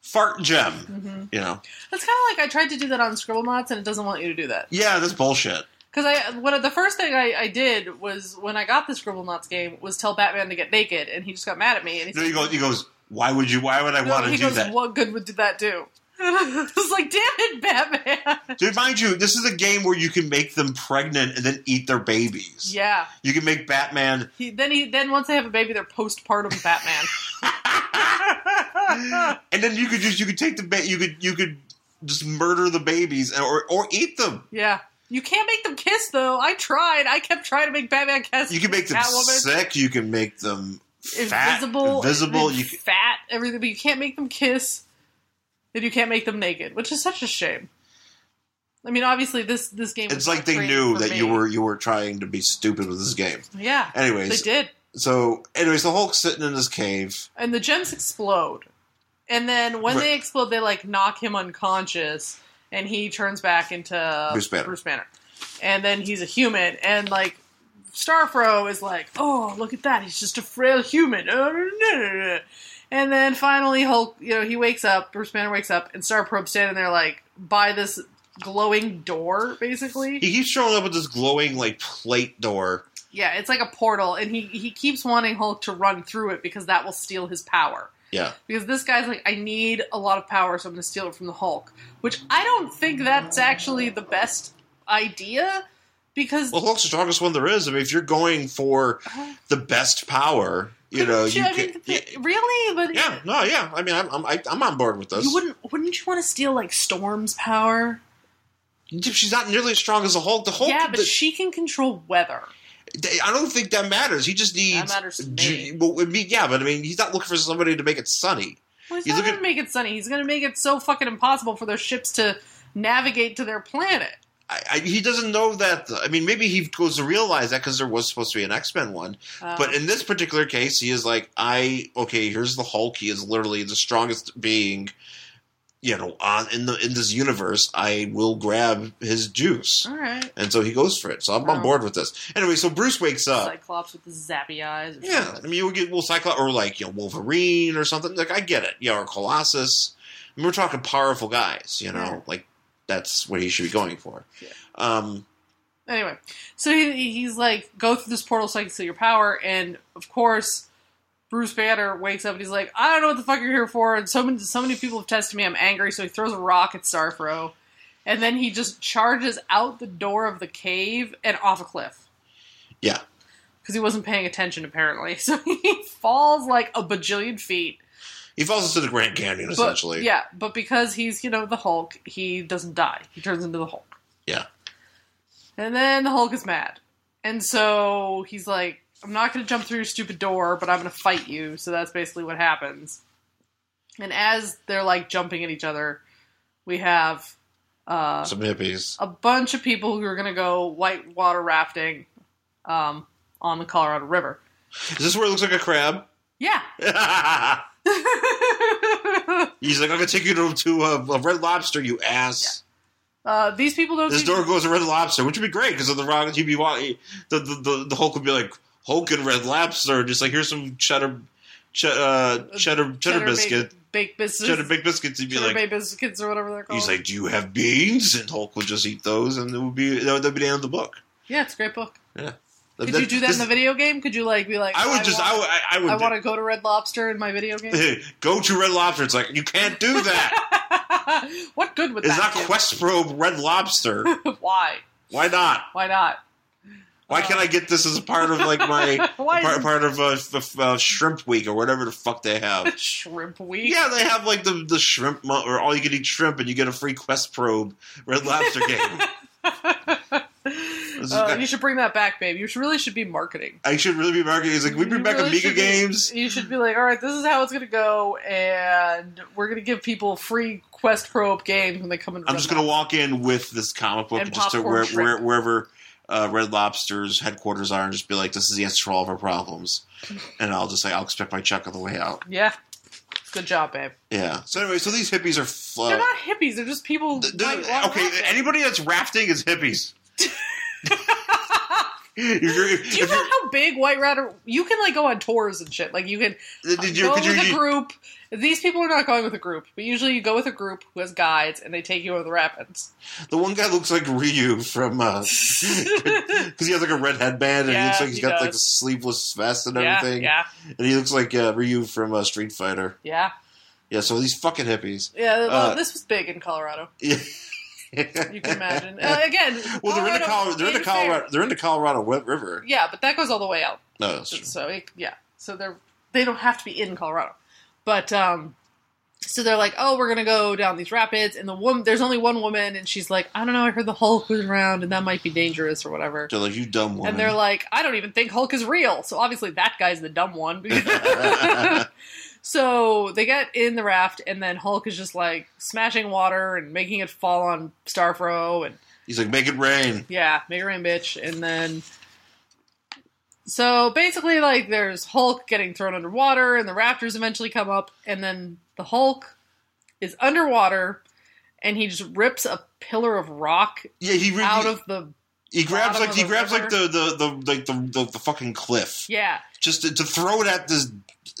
[SPEAKER 2] fart gem,
[SPEAKER 1] hmm
[SPEAKER 2] you know.
[SPEAKER 1] That's kind of like I tried to do that on Scribble Knots, and it doesn't want you to do that.
[SPEAKER 2] Yeah, that's bullshit.
[SPEAKER 1] Because I, what the first thing I, I did was when I got the Scribble Knots game was tell Batman to get naked, and he just got mad at me. And he,
[SPEAKER 2] You know,
[SPEAKER 1] said-
[SPEAKER 2] he goes, he goes, why would you? Why would I
[SPEAKER 1] No,
[SPEAKER 2] want to
[SPEAKER 1] he
[SPEAKER 2] do
[SPEAKER 1] goes,
[SPEAKER 2] that?
[SPEAKER 1] "What good would that do?" (laughs) And I was like, "Damn it, Batman!"
[SPEAKER 2] Dude, mind you, this is a game where you can make them pregnant and then eat their babies.
[SPEAKER 1] yeah.
[SPEAKER 2] You can make Batman
[SPEAKER 1] (laughs) He, then he then once they have a baby, they're postpartum
[SPEAKER 2] (laughs)
[SPEAKER 1] Batman.
[SPEAKER 2] and then you could just you could take the ba- you could you could just murder the babies and, or or eat them.
[SPEAKER 1] yeah. You can't make them kiss though. I tried. I kept trying to make Batman kiss.
[SPEAKER 2] You can make them
[SPEAKER 1] Catwoman.
[SPEAKER 2] sick. You can make them fat,
[SPEAKER 1] invisible,
[SPEAKER 2] invisible.
[SPEAKER 1] and
[SPEAKER 2] You can,
[SPEAKER 1] fat, everything. But you can't make them kiss, and you can't make them naked, which is such a shame. I mean, obviously, this this game.
[SPEAKER 2] it's
[SPEAKER 1] was
[SPEAKER 2] like they
[SPEAKER 1] great
[SPEAKER 2] knew
[SPEAKER 1] for
[SPEAKER 2] that
[SPEAKER 1] me.
[SPEAKER 2] you were you were trying to be stupid with this game.
[SPEAKER 1] Yeah, they
[SPEAKER 2] Anyways,
[SPEAKER 1] did,
[SPEAKER 2] so anyways, the Hulk's sitting in this cave.
[SPEAKER 1] and the gems explode, and then when
[SPEAKER 2] Right.
[SPEAKER 1] they explode, they like knock him unconscious, and he turns back into
[SPEAKER 2] Bruce Banner.
[SPEAKER 1] and then he's a human, and like. Starfro is like, oh, look at that. He's just a frail human. (laughs) And then finally, Hulk, you know, he wakes up. Bruce Banner wakes up, and Star Probe's standing there, like by this glowing door, basically.
[SPEAKER 2] He keeps showing up with this glowing like plate door.
[SPEAKER 1] yeah, it's like a portal, and he he keeps wanting Hulk to run through it because that will steal his power.
[SPEAKER 2] Yeah,
[SPEAKER 1] Because this guy's like, I need a lot of power, so I'm going to steal it from the Hulk. Which I don't think that's actually the best idea, because Uh-huh.
[SPEAKER 2] well, Hulk's the strongest one there is. I mean, if you're going for the best power, You know, you
[SPEAKER 1] I mean,
[SPEAKER 2] can,
[SPEAKER 1] the- really? But
[SPEAKER 2] yeah, no, yeah. I mean, I'm I'm, I- I'm on board with this.
[SPEAKER 1] you wouldn't. Wouldn't you want to steal like Storm's power?
[SPEAKER 2] She's not nearly as strong as the Hulk. The Hulk.
[SPEAKER 1] yeah, but
[SPEAKER 2] the-
[SPEAKER 1] she can control weather.
[SPEAKER 2] They- I don't think that matters. He just needs.
[SPEAKER 1] matters to me.
[SPEAKER 2] G- well, I mean, yeah, but I mean, he's not looking for somebody to make it sunny.
[SPEAKER 1] Well, he's
[SPEAKER 2] You
[SPEAKER 1] not
[SPEAKER 2] look
[SPEAKER 1] going
[SPEAKER 2] at-
[SPEAKER 1] to make it sunny. He's going to make it so fucking impossible for their ships to navigate to their planet.
[SPEAKER 2] I, I, he doesn't know that. though. I mean, maybe he goes to realize that because there was supposed to be an X Men one.
[SPEAKER 1] Um,
[SPEAKER 2] But in this particular case, he is like, I okay. Here's the Hulk. He is literally the strongest being, you know, on in the in this universe. I will grab his juice,
[SPEAKER 1] all right,
[SPEAKER 2] and so he goes for it. So I'm
[SPEAKER 1] Wow.
[SPEAKER 2] on board with this. Anyway, so Bruce wakes up.
[SPEAKER 1] Cyclops with the zappy eyes. Or
[SPEAKER 2] Uh, Yeah, I
[SPEAKER 1] something.
[SPEAKER 2] mean, you would get well, Cyclops or like you know Wolverine or something. Like I get it, yeah, or Colossus. I mean, we're talking powerful guys, you know,
[SPEAKER 1] Yeah.
[SPEAKER 2] like that's what he should be going for.
[SPEAKER 1] Yeah.
[SPEAKER 2] Um,
[SPEAKER 1] Anyway, so he, he's like, go through this portal so I can steal your power, and of course. Bruce Banner wakes up and he's like, I don't know what the fuck you're here for, and so many, so many people have tested me, I'm angry, so he throws a rock at Starfro, and then he just charges out the door of the cave and off a cliff.
[SPEAKER 2] yeah,
[SPEAKER 1] because he wasn't paying attention apparently. (laughs) So he falls like a bajillion feet.
[SPEAKER 2] he falls into the Grand Canyon
[SPEAKER 1] But-
[SPEAKER 2] essentially.
[SPEAKER 1] yeah, but because he's you know the Hulk, he doesn't die. He turns into the Hulk.
[SPEAKER 2] Yeah.
[SPEAKER 1] And then the Hulk is mad, and so he's like, "I'm not going to jump through your stupid door, but I'm going to fight you." So that's basically what happens. And as they're like jumping at each other, we have uh,
[SPEAKER 2] some hippies.
[SPEAKER 1] a bunch of people who are going to go whitewater rafting um, on the Colorado River.
[SPEAKER 2] Is this where it looks like a crab? (laughs)
[SPEAKER 1] Yeah, (laughs)
[SPEAKER 2] He's like, I'm gonna take you to, to a, a Red Lobster, you ass.
[SPEAKER 1] uh, these people don't.
[SPEAKER 2] This
[SPEAKER 1] do-
[SPEAKER 2] door goes to Red Lobster, which would be great because of the rock. He'd be wa- he- the, the the the Hulk would be like Hulk and Red Lobster, just like here's some cheddar, ch- uh, cheddar, cheddar
[SPEAKER 1] baked-
[SPEAKER 2] biscuit.
[SPEAKER 1] baked biscuits,
[SPEAKER 2] Cheddar Big Biscuits, he'd be
[SPEAKER 1] cheddar
[SPEAKER 2] like,
[SPEAKER 1] baked biscuits or whatever they're called.
[SPEAKER 2] he's like, do you have beans? And Hulk would just eat those, and it would be that would, that'd be the end of the book.
[SPEAKER 1] yeah, it's a great book. Could
[SPEAKER 2] That-
[SPEAKER 1] you do that in
[SPEAKER 2] this-
[SPEAKER 1] the video game? Could you like be like,
[SPEAKER 2] I would just,
[SPEAKER 1] want,
[SPEAKER 2] I would, I would
[SPEAKER 1] want to go to Red Lobster in my video game.
[SPEAKER 2] (laughs) go to Red Lobster. It's like you can't do that.
[SPEAKER 1] (laughs) what good would
[SPEAKER 2] it's not
[SPEAKER 1] that
[SPEAKER 2] Quest Probe Red Lobster.
[SPEAKER 1] do? (laughs) Why?
[SPEAKER 2] Why not?
[SPEAKER 1] Why not?
[SPEAKER 2] Why can't I get this as a part of like my
[SPEAKER 1] (laughs) Why
[SPEAKER 2] part,
[SPEAKER 1] is
[SPEAKER 2] part of uh, f- f- uh, Shrimp Week or whatever the fuck they have?
[SPEAKER 1] it (laughs) shrimp week?
[SPEAKER 2] Yeah, they have like the the shrimp mo- or all you can eat shrimp, and you get a free Quest Probe Red Lobster
[SPEAKER 1] (laughs)
[SPEAKER 2] game. is
[SPEAKER 1] Uh,
[SPEAKER 2] back-
[SPEAKER 1] you should bring that back, babe. You should, really should be marketing.
[SPEAKER 2] I should really be marketing. He's like, we
[SPEAKER 1] You
[SPEAKER 2] bring back
[SPEAKER 1] really
[SPEAKER 2] Amiga
[SPEAKER 1] should be-
[SPEAKER 2] games.
[SPEAKER 1] You should be like, all right, this is how it's going to go, and we're going to give people free Quest Probe games when they come in.
[SPEAKER 2] I'm just going to walk in with this comic book
[SPEAKER 1] And
[SPEAKER 2] and just to
[SPEAKER 1] popcorn
[SPEAKER 2] where,
[SPEAKER 1] shrimp.
[SPEAKER 2] where, wherever uh, Red Lobster's headquarters are and just be like, this is the answer to all of our problems. And I'll just say, I'll expect my check on the way out.
[SPEAKER 1] Yeah. Good job, babe.
[SPEAKER 2] Yeah. So, anyway, so these hippies are. F-
[SPEAKER 1] They're
[SPEAKER 2] uh,
[SPEAKER 1] not hippies. They're just people.
[SPEAKER 2] th- th-
[SPEAKER 1] like, walking
[SPEAKER 2] okay,
[SPEAKER 1] around.
[SPEAKER 2] anybody that's rafting
[SPEAKER 1] (laughs)
[SPEAKER 2] is hippies. If you're-
[SPEAKER 1] Do you
[SPEAKER 2] if
[SPEAKER 1] know
[SPEAKER 2] you're-
[SPEAKER 1] how big White Rider? You can like go on tours and shit. Like you can
[SPEAKER 2] did you-
[SPEAKER 1] go
[SPEAKER 2] could you-
[SPEAKER 1] with a group. These people are not going with a group, but usually you go with a group who has guides and they take you over the
[SPEAKER 2] (laughs)
[SPEAKER 1] rapids. (laughs)
[SPEAKER 2] the one guy looks like Ryu from. Uh, Because he has like a red headband and he
[SPEAKER 1] Yeah,
[SPEAKER 2] looks like he's
[SPEAKER 1] he
[SPEAKER 2] got like a
[SPEAKER 1] does.
[SPEAKER 2] sleeveless vest and
[SPEAKER 1] yeah,
[SPEAKER 2] everything.
[SPEAKER 1] yeah,
[SPEAKER 2] And he looks like uh, Ryu from uh, Street Fighter.
[SPEAKER 1] yeah,
[SPEAKER 2] Yeah, so these fucking hippies.
[SPEAKER 1] yeah. Well,
[SPEAKER 2] Uh,
[SPEAKER 1] this was big in Colorado. (laughs)
[SPEAKER 2] Yeah.
[SPEAKER 1] You
[SPEAKER 2] (laughs)
[SPEAKER 1] can imagine. Uh, again,
[SPEAKER 2] Well, they're in the Colorado.
[SPEAKER 1] Colorado-
[SPEAKER 2] They're in the Colorado. They're in the Colorado Wi- River.
[SPEAKER 1] Yeah, but that goes all the way out.
[SPEAKER 2] No, that's true.
[SPEAKER 1] So it, yeah, so they're they don't have to be in Colorado, but um, so they're like, oh, we're gonna go down these rapids, and the woman, there's only one woman, and she's like, I don't know, I heard the Hulk was around, and that might be dangerous or whatever.
[SPEAKER 2] They're like you dumb woman.
[SPEAKER 1] And they're like, I don't even think Hulk is real, so obviously that guy's the dumb
[SPEAKER 2] (laughs)
[SPEAKER 1] one. (laughs) because- so they get in the raft, and then Hulk is just like smashing water and making it fall on Starfro, and
[SPEAKER 2] he's like, make it rain.
[SPEAKER 1] yeah, make it rain, bitch. And then. So basically, like, there's Hulk getting thrown underwater, and the rafters eventually come up, and then the Hulk is underwater, and he just rips a pillar of rock
[SPEAKER 2] Yeah, he really,
[SPEAKER 1] out of the.
[SPEAKER 2] he grabs
[SPEAKER 1] bottom
[SPEAKER 2] like
[SPEAKER 1] of
[SPEAKER 2] he
[SPEAKER 1] the
[SPEAKER 2] grabs like
[SPEAKER 1] river.
[SPEAKER 2] the the the like the the, the fucking cliff
[SPEAKER 1] Yeah,
[SPEAKER 2] just to, to throw it at this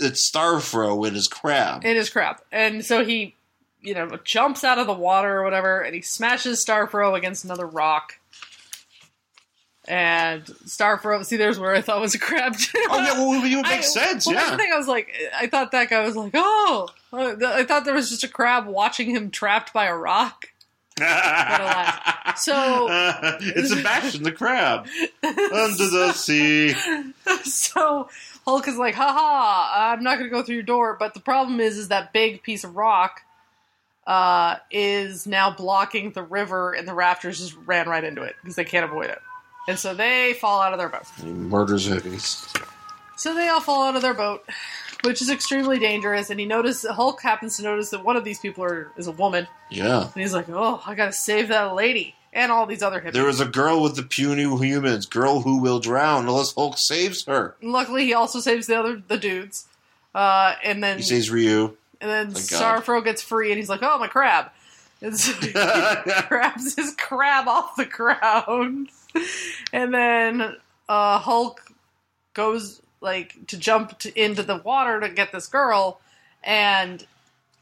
[SPEAKER 2] at Starfro and his crab.
[SPEAKER 1] it is crap. And so he, you know, jumps out of the water or whatever, and he smashes Starfro against another rock. And Starfro, see, there's where I thought was a crab.
[SPEAKER 2] oh
[SPEAKER 1] (laughs)
[SPEAKER 2] yeah, well it would
[SPEAKER 1] I-
[SPEAKER 2] make sense.
[SPEAKER 1] Well, that's
[SPEAKER 2] yeah,
[SPEAKER 1] the thing. I was like, I thought that guy was like, oh, I thought there was just a crab watching him trapped by a rock. (laughs) What a laugh. So,
[SPEAKER 2] (laughs) it's
[SPEAKER 1] (laughs)
[SPEAKER 2] a bash in the crab under the sea.
[SPEAKER 1] (laughs) so Hulk is like, haha, I'm not going to go through your door. But the problem is, is that big piece of rock uh, is now blocking the river, and the rafters just ran right into it because they can't avoid it. And so they fall out of their boat.
[SPEAKER 2] He murders hippies.
[SPEAKER 1] So they all fall out of their boat, which is extremely dangerous. And he notices Hulk happens to notice that one of these people are, is a woman,
[SPEAKER 2] Yeah.
[SPEAKER 1] and he's like, "Oh, I gotta save that lady and all these other hippies."
[SPEAKER 2] There is a girl with the puny humans, girl who will drown unless Hulk saves her.
[SPEAKER 1] And luckily, he also saves the other the dudes, uh, and then
[SPEAKER 2] He saves Ryu.
[SPEAKER 1] (laughs) and then
[SPEAKER 2] Thank God.
[SPEAKER 1] Starfro gets free, and he's like, "Oh, my crab!" And so he (laughs) grabs his crab off the ground, and then uh, Hulk goes like to jump to, into the water to get this girl, and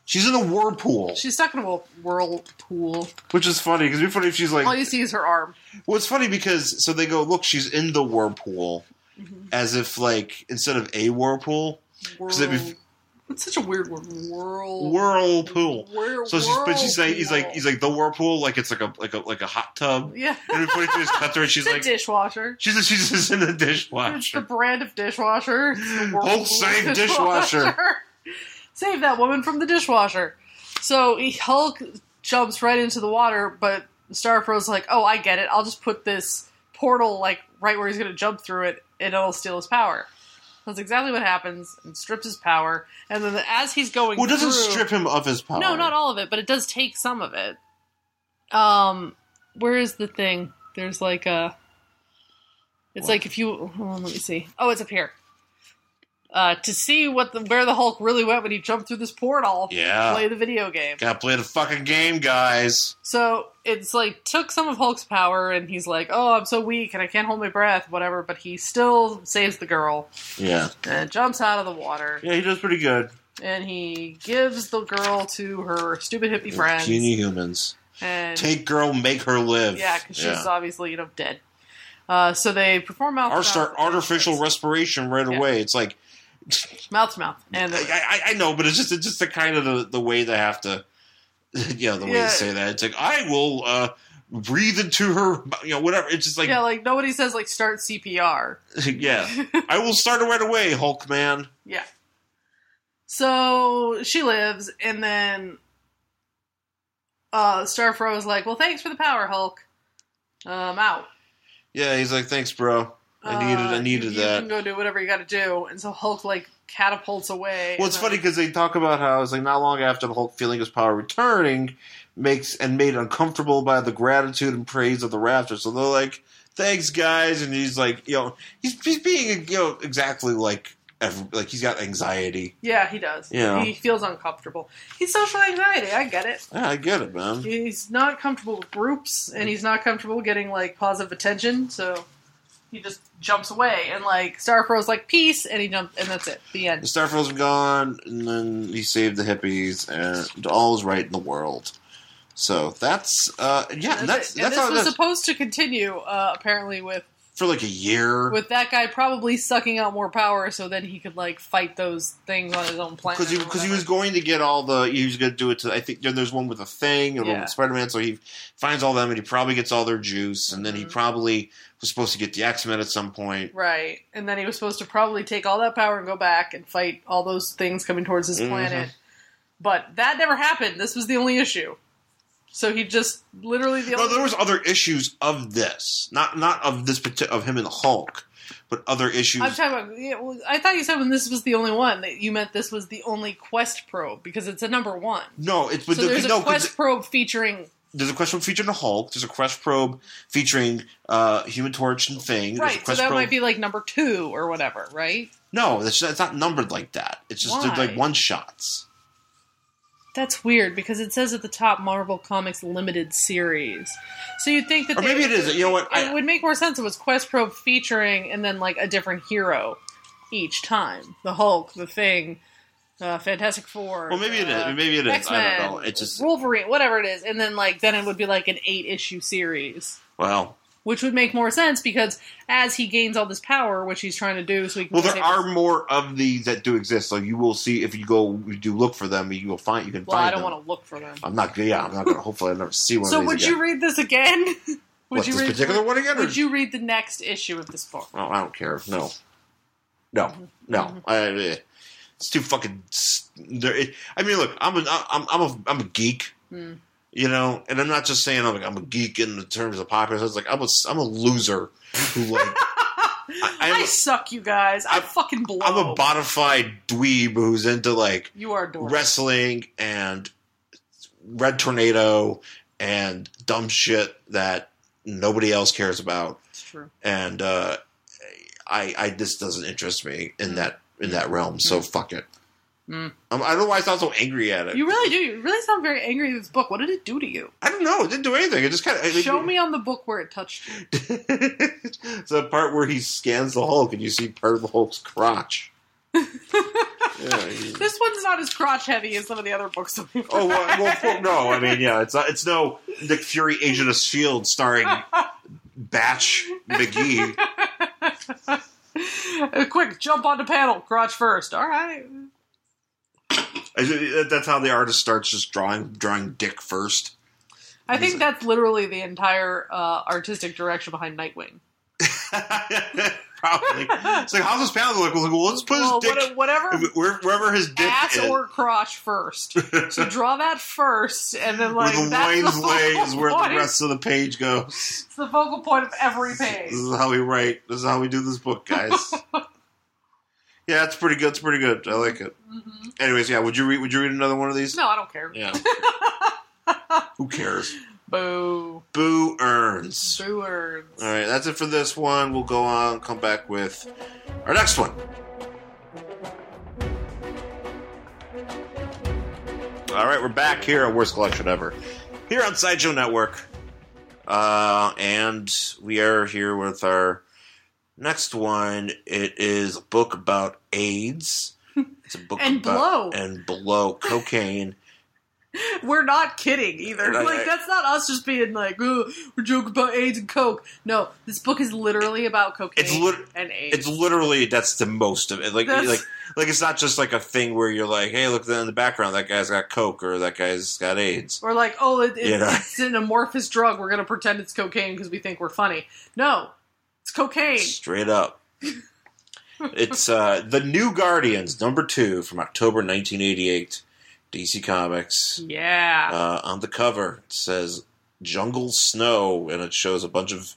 [SPEAKER 2] She's in a whirlpool,
[SPEAKER 1] she's stuck in a whirlpool.
[SPEAKER 2] which is funny because it'd be funny if she's like,
[SPEAKER 1] All you see is her arm.
[SPEAKER 2] Well, it's funny because so they go, look, she's in the whirlpool,
[SPEAKER 1] Mm-hmm.
[SPEAKER 2] as if like instead of a whirlpool,
[SPEAKER 1] Whirl.
[SPEAKER 2] it'd be-
[SPEAKER 1] It's such a weird word. Whirl.
[SPEAKER 2] whirlpool.
[SPEAKER 1] Whirl.
[SPEAKER 2] So she's, but she's saying he's like he's like the whirlpool, like it's like a like a like a hot
[SPEAKER 1] (laughs)
[SPEAKER 2] tub.
[SPEAKER 1] yeah.
[SPEAKER 2] And it'd be funny if she just cuts her and she's
[SPEAKER 1] It's a
[SPEAKER 2] like
[SPEAKER 1] dishwasher.
[SPEAKER 2] she's she's just in the
[SPEAKER 1] It's the
[SPEAKER 2] dishwasher.
[SPEAKER 1] brand of dishwasher.
[SPEAKER 2] (laughs)
[SPEAKER 1] It's the Whirlpool
[SPEAKER 2] Hulk save dishwasher.
[SPEAKER 1] (laughs) save that woman from the dishwasher. So he- Hulk jumps right into the water, but Starfro's like, "Oh, I get it. I'll just put this portal like right where he's going to jump through it, and it'll steal his power." That's exactly what happens. It strips his power, and then as he's going,
[SPEAKER 2] Well, it doesn't
[SPEAKER 1] through-
[SPEAKER 2] strip him of his power.
[SPEAKER 1] No, not all of it, but it does take some of it. Um, where is the thing? There's like a. It's
[SPEAKER 2] What?
[SPEAKER 1] like if you hold on, let me see. Oh, it's up here. Uh, to see what the where the Hulk really went when he jumped through this portal.
[SPEAKER 2] Yeah.
[SPEAKER 1] Play the video game.
[SPEAKER 2] Gotta play the fucking game, guys.
[SPEAKER 1] So it's like took some of Hulk's power, and he's like, "Oh, I'm so weak, and I can't hold my breath, whatever." But he still saves the girl
[SPEAKER 2] Yeah.
[SPEAKER 1] and jumps out of the water,
[SPEAKER 2] Yeah, he does pretty good.
[SPEAKER 1] and he gives the girl to her stupid hippie friends.
[SPEAKER 2] Puny humans.
[SPEAKER 1] and
[SPEAKER 2] Take girl, make her live.
[SPEAKER 1] Yeah, because she's obviously you know dead. Uh, so they perform mouth
[SPEAKER 2] Our
[SPEAKER 1] to
[SPEAKER 2] start
[SPEAKER 1] mouth,
[SPEAKER 2] artificial respiration right
[SPEAKER 1] Yeah.
[SPEAKER 2] away. It's like
[SPEAKER 1] mouth to mouth, and uh,
[SPEAKER 2] I, I, I know, but it's just it's just the kind of the, the way they have to, (laughs) you know, the way
[SPEAKER 1] Yeah.
[SPEAKER 2] they say that. It's like I will uh, breathe into her, you know, whatever. It's just like (laughs)
[SPEAKER 1] yeah,
[SPEAKER 2] yeah,
[SPEAKER 1] like nobody says like start CPR.
[SPEAKER 2] I will start her right away, Hulk man.
[SPEAKER 1] Yeah. So she lives, and then uh, Starfro is like, "Well, thanks for the power, Hulk. Um, out."
[SPEAKER 2] Yeah, he's like, thanks, bro. I needed
[SPEAKER 1] Uh,
[SPEAKER 2] I needed
[SPEAKER 1] you
[SPEAKER 2] that.
[SPEAKER 1] Can go do whatever you got to do, and so Hulk like catapults away.
[SPEAKER 2] Well, it's
[SPEAKER 1] and
[SPEAKER 2] funny
[SPEAKER 1] then-
[SPEAKER 2] because they talk about how it's like not long after the Hulk feeling his power returning makes and made uncomfortable by the gratitude and praise of the Raptors. So they're like, "Thanks, guys," and he's like, you know, he's, he's being you know exactly like every, like he's got anxiety.
[SPEAKER 1] yeah, he does.
[SPEAKER 2] Yeah.
[SPEAKER 1] he feels uncomfortable. He's social anxiety. I get it.
[SPEAKER 2] Yeah, I get it, man.
[SPEAKER 1] he's not comfortable with groups and he's not comfortable getting like positive attention so he just jumps away and like starfro's like peace and he jumps and that's it the
[SPEAKER 2] The
[SPEAKER 1] end
[SPEAKER 2] Starfield's gone, and then he saved the hippies, and all is right in the world. So that's uh yeah, and that's
[SPEAKER 1] it. And this
[SPEAKER 2] that's how
[SPEAKER 1] was
[SPEAKER 2] that's
[SPEAKER 1] supposed to continue uh, apparently with
[SPEAKER 2] for like a year
[SPEAKER 1] with that guy probably sucking out more power so then he could like fight those things on his own planet
[SPEAKER 2] because he
[SPEAKER 1] or
[SPEAKER 2] because he
[SPEAKER 1] whatever.
[SPEAKER 2] was going to get all the he was going to do it to I think there's one with a thing and one
[SPEAKER 1] Yeah.
[SPEAKER 2] with Spider Man, so he finds all them and he probably gets all their juice, and then he
[SPEAKER 1] Mhm.
[SPEAKER 2] probably was supposed to get the X Men at some point.
[SPEAKER 1] right and then he was supposed to probably take all that power and go back and fight all those things coming towards his
[SPEAKER 2] Mhm.
[SPEAKER 1] planet but that never happened this was the only issue so he just literally the
[SPEAKER 2] No,
[SPEAKER 1] only
[SPEAKER 2] there was other issues of this, not not of this parti- of him and the Hulk, but other issues.
[SPEAKER 1] I'm talking about. Yeah, well, I thought you said when this was the only one that you meant this was the only quest probe because it's a number one.
[SPEAKER 2] no, it's but
[SPEAKER 1] so
[SPEAKER 2] the-
[SPEAKER 1] there's
[SPEAKER 2] no,
[SPEAKER 1] a
[SPEAKER 2] 'cause-
[SPEAKER 1] quest probe featuring
[SPEAKER 2] there's a quest probe featuring the Hulk. There's a quest probe featuring uh, Human Torch and Thing. There's a
[SPEAKER 1] right, so
[SPEAKER 2] quest
[SPEAKER 1] that
[SPEAKER 2] probe.
[SPEAKER 1] might be like number two or whatever, right?
[SPEAKER 2] no, that's it's not numbered like that. It's just they're
[SPEAKER 1] Why?
[SPEAKER 2] like one shots.
[SPEAKER 1] That's weird because it says at the top Marvel Comics Limited Series. So you'd think that
[SPEAKER 2] Or
[SPEAKER 1] they-
[SPEAKER 2] maybe it is. You know what?
[SPEAKER 1] It
[SPEAKER 2] I,
[SPEAKER 1] would make more sense if it was quest probe featuring and then like a different hero each time. The Hulk, the Thing, uh, Fantastic Four.
[SPEAKER 2] well, maybe it
[SPEAKER 1] uh,
[SPEAKER 2] is. Maybe it is.
[SPEAKER 1] X
[SPEAKER 2] I don't
[SPEAKER 1] Men,
[SPEAKER 2] know. It just
[SPEAKER 1] Wolverine, whatever it is, and then like then it would be like an eight issue series.
[SPEAKER 2] well,
[SPEAKER 1] which would make more sense because as he gains all this power, which he's trying to do, so he can
[SPEAKER 2] Well, there
[SPEAKER 1] save-
[SPEAKER 2] are more of these that do exist. So you will see if you go, you do look for them. You will find. You can
[SPEAKER 1] Well,
[SPEAKER 2] find.
[SPEAKER 1] I don't
[SPEAKER 2] them.
[SPEAKER 1] want to look for them.
[SPEAKER 2] I'm not. Yeah, I'm not gonna. Hopefully, I never see one.
[SPEAKER 1] So
[SPEAKER 2] of these
[SPEAKER 1] would
[SPEAKER 2] again.
[SPEAKER 1] you read this again? (laughs) would
[SPEAKER 2] What,
[SPEAKER 1] you
[SPEAKER 2] this
[SPEAKER 1] read
[SPEAKER 2] particular one again? or-
[SPEAKER 1] Would you read the next issue of this book?
[SPEAKER 2] Oh, I don't care. No, no,
[SPEAKER 1] Mm-hmm.
[SPEAKER 2] no. I, eh, it's too fucking. s- there- it- I mean, look, I'm a, I'm I'm a, I'm a geek.
[SPEAKER 1] Mm.
[SPEAKER 2] You know, and I'm not just saying I'm like I'm a geek in terms of popular. It's like I'm a s- I'm a loser who
[SPEAKER 1] (laughs)
[SPEAKER 2] like I,
[SPEAKER 1] I,
[SPEAKER 2] I'm, a,
[SPEAKER 1] suck, you guys. I,
[SPEAKER 2] I'm-
[SPEAKER 1] fucking blow.
[SPEAKER 2] I'm a bona fide dweeb who's into like
[SPEAKER 1] You are adorable.
[SPEAKER 2] wrestling and Red Tornado and dumb shit that nobody else cares about.
[SPEAKER 1] it's true.
[SPEAKER 2] and uh, I, I this doesn't interest me in that in that realm. So fuck it.
[SPEAKER 1] Mm.
[SPEAKER 2] Um, I don't know why I sound so angry at it.
[SPEAKER 1] You really do. You really sound very angry at this book. What did it do to you?
[SPEAKER 2] I don't know. It didn't do anything. It just kind of
[SPEAKER 1] Show
[SPEAKER 2] (laughs)
[SPEAKER 1] me on the book where it touched you.
[SPEAKER 2] the part where he scans the Hulk and you see part of the
[SPEAKER 1] (laughs)
[SPEAKER 2] Hulk's crotch. yeah, he-
[SPEAKER 1] This one's not as crotch heavy as some of the other books that we've
[SPEAKER 2] Oh
[SPEAKER 1] read.
[SPEAKER 2] well, well, for- no, I mean, yeah, it's not, it's no Nick Fury, Agent of Shield, E starring Batch McGee.
[SPEAKER 1] (laughs) Quick, jump on the panel, crotch first. All right.
[SPEAKER 2] I- that- That's how the artist starts, just drawing drawing dick first. (laughs)
[SPEAKER 1] I think that's literally the entire uh, artistic direction behind Nightwing.
[SPEAKER 2] Probably. It's like, how's his panel look? Like, well, let's put
[SPEAKER 1] Well,
[SPEAKER 2] his
[SPEAKER 1] what-
[SPEAKER 2] dick
[SPEAKER 1] whatever
[SPEAKER 2] where- wherever his dick
[SPEAKER 1] ass
[SPEAKER 2] is,
[SPEAKER 1] or crotch
[SPEAKER 2] (laughs)
[SPEAKER 1] first. So draw that first, and then
[SPEAKER 2] where
[SPEAKER 1] like
[SPEAKER 2] the
[SPEAKER 1] that's
[SPEAKER 2] loins
[SPEAKER 1] the
[SPEAKER 2] lay
[SPEAKER 1] focal
[SPEAKER 2] is where
[SPEAKER 1] point.
[SPEAKER 2] the rest of the page goes.
[SPEAKER 1] It's the focal point of every
[SPEAKER 2] (laughs)
[SPEAKER 1] page.
[SPEAKER 2] This is how we write. This is how we do this
[SPEAKER 1] (laughs)
[SPEAKER 2] book, guys. yeah, it's pretty good. It's pretty good. I like it.
[SPEAKER 1] hmm
[SPEAKER 2] Anyways, yeah. Would you read? Would you read another one of these?
[SPEAKER 1] No, I don't care. (laughs)
[SPEAKER 2] Yeah. Who cares?
[SPEAKER 1] Boo.
[SPEAKER 2] Boo earns.
[SPEAKER 1] Boo words.
[SPEAKER 2] All right, that's it for this one. We'll go on, come back with our next one. All right, we're back here at Worst Collection Ever, here on Sideshow Network. Uh, and we are here with our next one. It is a book about AIDS. It's a book
[SPEAKER 1] And blow.
[SPEAKER 2] about, and blow cocaine.
[SPEAKER 1] We're not kidding either.
[SPEAKER 2] Right,
[SPEAKER 1] like
[SPEAKER 2] right.
[SPEAKER 1] that's not us just being like, oh, we're joking about AIDS and coke. No, this book is literally about cocaine
[SPEAKER 2] It's lit-
[SPEAKER 1] and AIDS.
[SPEAKER 2] It's literally that's the most of it. Like
[SPEAKER 1] That's-
[SPEAKER 2] like like it's not just like a thing where you're like, hey, look in the background, that guy's got coke or that guy's got AIDS.
[SPEAKER 1] We're like, oh, it, it's,
[SPEAKER 2] You know.
[SPEAKER 1] it's an amorphous drug. We're gonna pretend it's cocaine because we think we're funny. No, it's cocaine.
[SPEAKER 2] Straight up. it's uh the New Guardians number two from October 1988, DC Comics.
[SPEAKER 1] Yeah.
[SPEAKER 2] Uh, on the cover it says "Jungle Snow" and it shows a bunch of.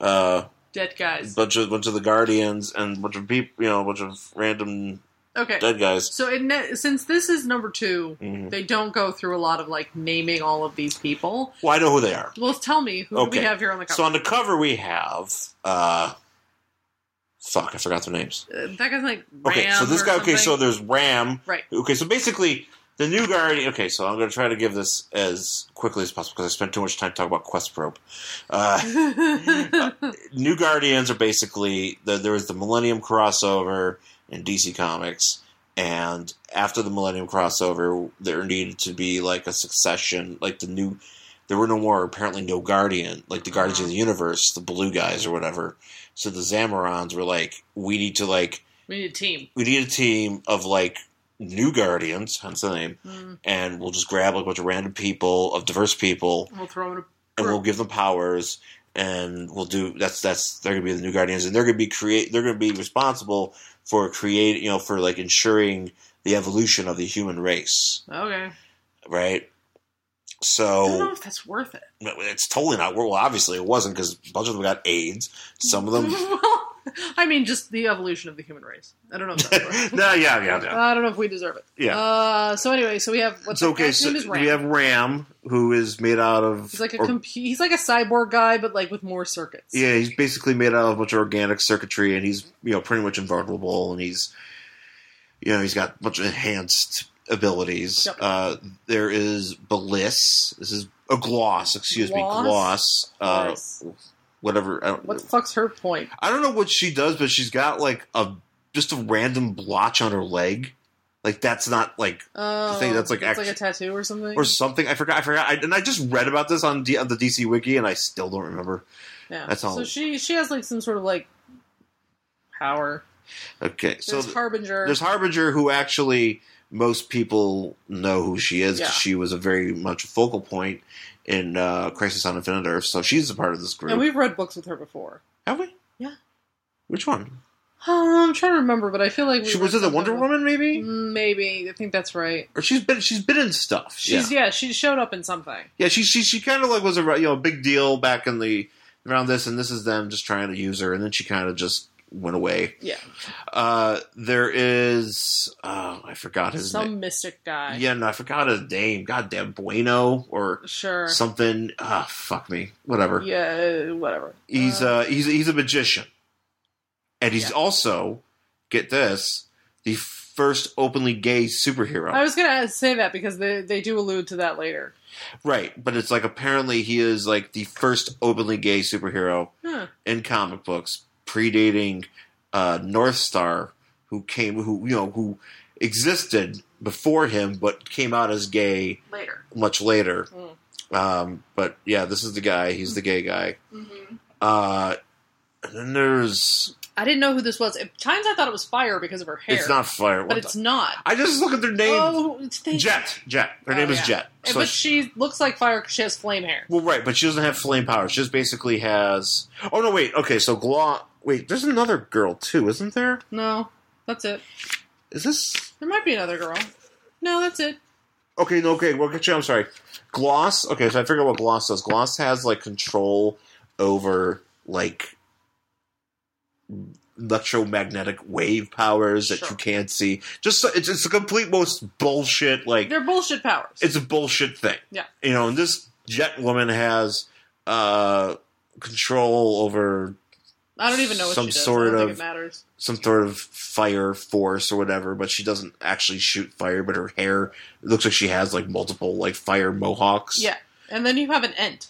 [SPEAKER 2] Uh,
[SPEAKER 1] Dead
[SPEAKER 2] a
[SPEAKER 1] guys.
[SPEAKER 2] bunch of bunch of the guardians and a bunch of people, you know, a bunch of random
[SPEAKER 1] Okay.
[SPEAKER 2] dead guys.
[SPEAKER 1] So it ne- since this is number two,
[SPEAKER 2] Mhm.
[SPEAKER 1] they don't go through a lot of like naming all of these people.
[SPEAKER 2] Well, I know who they are.
[SPEAKER 1] Well, tell me who do
[SPEAKER 2] Okay.
[SPEAKER 1] we have here on the cover?
[SPEAKER 2] So on the cover we have uh fuck, I forgot their names.
[SPEAKER 1] Uh, that guy's like Ram
[SPEAKER 2] Okay, so this
[SPEAKER 1] or
[SPEAKER 2] guy okay, so
[SPEAKER 1] something.
[SPEAKER 2] there's Ram.
[SPEAKER 1] right.
[SPEAKER 2] Okay, so basically the new guardian okay, so I'm gonna try to give this as quickly as possible because I spent too much time talking about Quest Probe. Uh New Guardians are basically the, there was the Millennium crossover in DC Comics, and after the Millennium crossover, there needed to be like a succession, like the new. There were no more apparently no Guardian, like the Guardians of the Universe, the blue guys or whatever. So the Zamorons were like, we need to like
[SPEAKER 1] we need a team.
[SPEAKER 2] we need a team of like new Guardians, hence the name,
[SPEAKER 1] Mm,
[SPEAKER 2] and we'll just grab like a bunch of random people of diverse people
[SPEAKER 1] we'll throw in a
[SPEAKER 2] and we'll give them powers and we'll do that's that's they're gonna be the new guardians and they're gonna be create they're gonna be responsible for create you know for like ensuring the evolution of the human race
[SPEAKER 1] Okay.
[SPEAKER 2] right
[SPEAKER 1] I don't know (laughs)
[SPEAKER 2] so
[SPEAKER 1] if that's worth it.
[SPEAKER 2] it's totally not well obviously it wasn't because a bunch of them got aids some of them
[SPEAKER 1] (laughs)
[SPEAKER 2] (laughs)
[SPEAKER 1] well, I mean, just the evolution of the human race. I don't know if that's worth it.
[SPEAKER 2] (laughs) no yeah yeah yeah
[SPEAKER 1] I don't know if we deserve it.
[SPEAKER 2] Yeah.
[SPEAKER 1] Uh, so anyway, so we have what's
[SPEAKER 2] it's okay
[SPEAKER 1] his
[SPEAKER 2] so
[SPEAKER 1] name is Ram.
[SPEAKER 2] we have ram who is made out of
[SPEAKER 1] he's like a
[SPEAKER 2] or-
[SPEAKER 1] compu- he's like a cyborg guy, but like with more circuits.
[SPEAKER 2] Yeah, he's basically made out of a bunch of organic circuitry, and he's you know pretty much invulnerable, and he's you know he's got a bunch of enhanced abilities.
[SPEAKER 1] Yep.
[SPEAKER 2] Uh, there is Bliss. This is a gloss. Excuse
[SPEAKER 1] Gloss?
[SPEAKER 2] me, gloss. Uh,
[SPEAKER 1] Gloss.
[SPEAKER 2] whatever. I don't,
[SPEAKER 1] What the fuck's her point?
[SPEAKER 2] I don't know what she does, but she's got like a just a random blotch on her leg. Like that's not like
[SPEAKER 1] Oh,
[SPEAKER 2] think that's like
[SPEAKER 1] it's like a
[SPEAKER 2] act-
[SPEAKER 1] tattoo or something.
[SPEAKER 2] or something. I forgot. I forgot. I, and I just read about this on, D, on the DC Wiki, and I still don't remember.
[SPEAKER 1] Yeah.
[SPEAKER 2] That's all.
[SPEAKER 1] So she she has like some sort of like power.
[SPEAKER 2] Okay, so
[SPEAKER 1] There's
[SPEAKER 2] th-
[SPEAKER 1] Harbinger.
[SPEAKER 2] there's Harbinger, who actually most people know who she is. 'cause
[SPEAKER 1] Yeah.
[SPEAKER 2] She was a very much a focal point in uh, Crisis on Infinite Earth, so she's a part of this group.
[SPEAKER 1] and we've read books with her before.
[SPEAKER 2] Have we?
[SPEAKER 1] Yeah.
[SPEAKER 2] Which one?
[SPEAKER 1] Oh, I'm trying to remember, but I feel like we
[SPEAKER 2] she
[SPEAKER 1] read
[SPEAKER 2] was it the
[SPEAKER 1] something
[SPEAKER 2] Wonder
[SPEAKER 1] with-
[SPEAKER 2] Woman, maybe?
[SPEAKER 1] Mm, Maybe I think that's right.
[SPEAKER 2] Or she's been she's been in stuff.
[SPEAKER 1] She's
[SPEAKER 2] yeah,
[SPEAKER 1] yeah. she showed up in something.
[SPEAKER 2] yeah. She she she kind of like was a you know a big deal back in the around this, and this is them just trying to use her, and then she kind of just went away.
[SPEAKER 1] Yeah,
[SPEAKER 2] Uh, there is uh, I forgot his
[SPEAKER 1] some
[SPEAKER 2] name.
[SPEAKER 1] mystic guy.
[SPEAKER 2] Yeah, no, I forgot his name. Goddamn Bueno or
[SPEAKER 1] sure.
[SPEAKER 2] something. Ah, fuck me. Whatever.
[SPEAKER 1] yeah, whatever.
[SPEAKER 2] He's uh he's he's a magician, and he's
[SPEAKER 1] Yeah.
[SPEAKER 2] also get this the first openly gay superhero.
[SPEAKER 1] I was gonna say that because they they do allude to that later.
[SPEAKER 2] Right, but it's like apparently he is like the first openly gay superhero
[SPEAKER 1] Huh.
[SPEAKER 2] in comic books, predating uh, North Star, who came, who you know, who existed before him, but came out as gay
[SPEAKER 1] Later.
[SPEAKER 2] much later.
[SPEAKER 1] Mm.
[SPEAKER 2] Um, but yeah, this is the guy. He's the gay guy.
[SPEAKER 1] Mm-hmm.
[SPEAKER 2] Uh, and then there's
[SPEAKER 1] I didn't know who this was. At times I thought it was Fire because of her hair.
[SPEAKER 2] it's not fire.
[SPEAKER 1] but
[SPEAKER 2] What
[SPEAKER 1] it's
[SPEAKER 2] the-
[SPEAKER 1] not.
[SPEAKER 2] I just look at their name.
[SPEAKER 1] Oh, it's they,
[SPEAKER 2] Jet, Jet. Her
[SPEAKER 1] Oh,
[SPEAKER 2] name is
[SPEAKER 1] yeah.
[SPEAKER 2] Jet.
[SPEAKER 1] And-
[SPEAKER 2] So
[SPEAKER 1] but
[SPEAKER 2] she-
[SPEAKER 1] she looks like Fire because she has flame hair.
[SPEAKER 2] Well, right, but she doesn't have flame powers. She just basically has. Oh no, wait. Okay, so Gla. Wait, there's another girl too, isn't there?
[SPEAKER 1] No, that's it.
[SPEAKER 2] Is this
[SPEAKER 1] There might be another girl. No, that's it.
[SPEAKER 2] okay? No, okay. Well, get you. I'm sorry. Gloss. Okay, so I figured out what Gloss does. Gloss has like control over like electromagnetic wave powers that
[SPEAKER 1] Sure.
[SPEAKER 2] you can't see. Just so, it's it's a complete most bullshit like
[SPEAKER 1] They're bullshit powers.
[SPEAKER 2] it's a bullshit thing.
[SPEAKER 1] Yeah.
[SPEAKER 2] You know, and this jet woman has uh control over
[SPEAKER 1] I don't even know what
[SPEAKER 2] some
[SPEAKER 1] she does.
[SPEAKER 2] sort
[SPEAKER 1] I don't
[SPEAKER 2] of-
[SPEAKER 1] think it matters.
[SPEAKER 2] some sort of fire force or whatever, but she doesn't actually shoot fire, but her hair it looks like she has like multiple like fire mohawks.
[SPEAKER 1] Yeah. And then you have an Ent.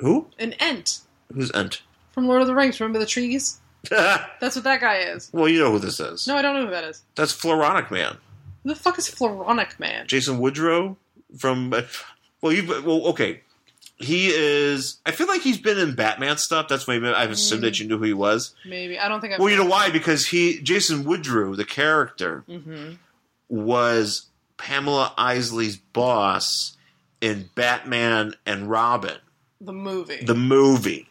[SPEAKER 2] Who?
[SPEAKER 1] An Ent
[SPEAKER 2] Who's Ent? (laughs)
[SPEAKER 1] from Lord of the Rings. Remember the trees? That's what that guy is.
[SPEAKER 2] well, you know who this is.
[SPEAKER 1] No, I don't know who that is.
[SPEAKER 2] That's Floronic Man.
[SPEAKER 1] Who the fuck is Floronic Man?
[SPEAKER 2] Jason Woodrow from uh, well you well okay. He is I feel like he's been in Batman stuff. That's why I've assumed
[SPEAKER 1] Mm.
[SPEAKER 2] that you knew who he was.
[SPEAKER 1] Maybe. I don't think I
[SPEAKER 2] Well, you know why? Because he Jason Woodrow, the character,
[SPEAKER 1] Mm-hmm.
[SPEAKER 2] was Pamela Isley's boss in Batman and Robin,
[SPEAKER 1] The movie.
[SPEAKER 2] the movie.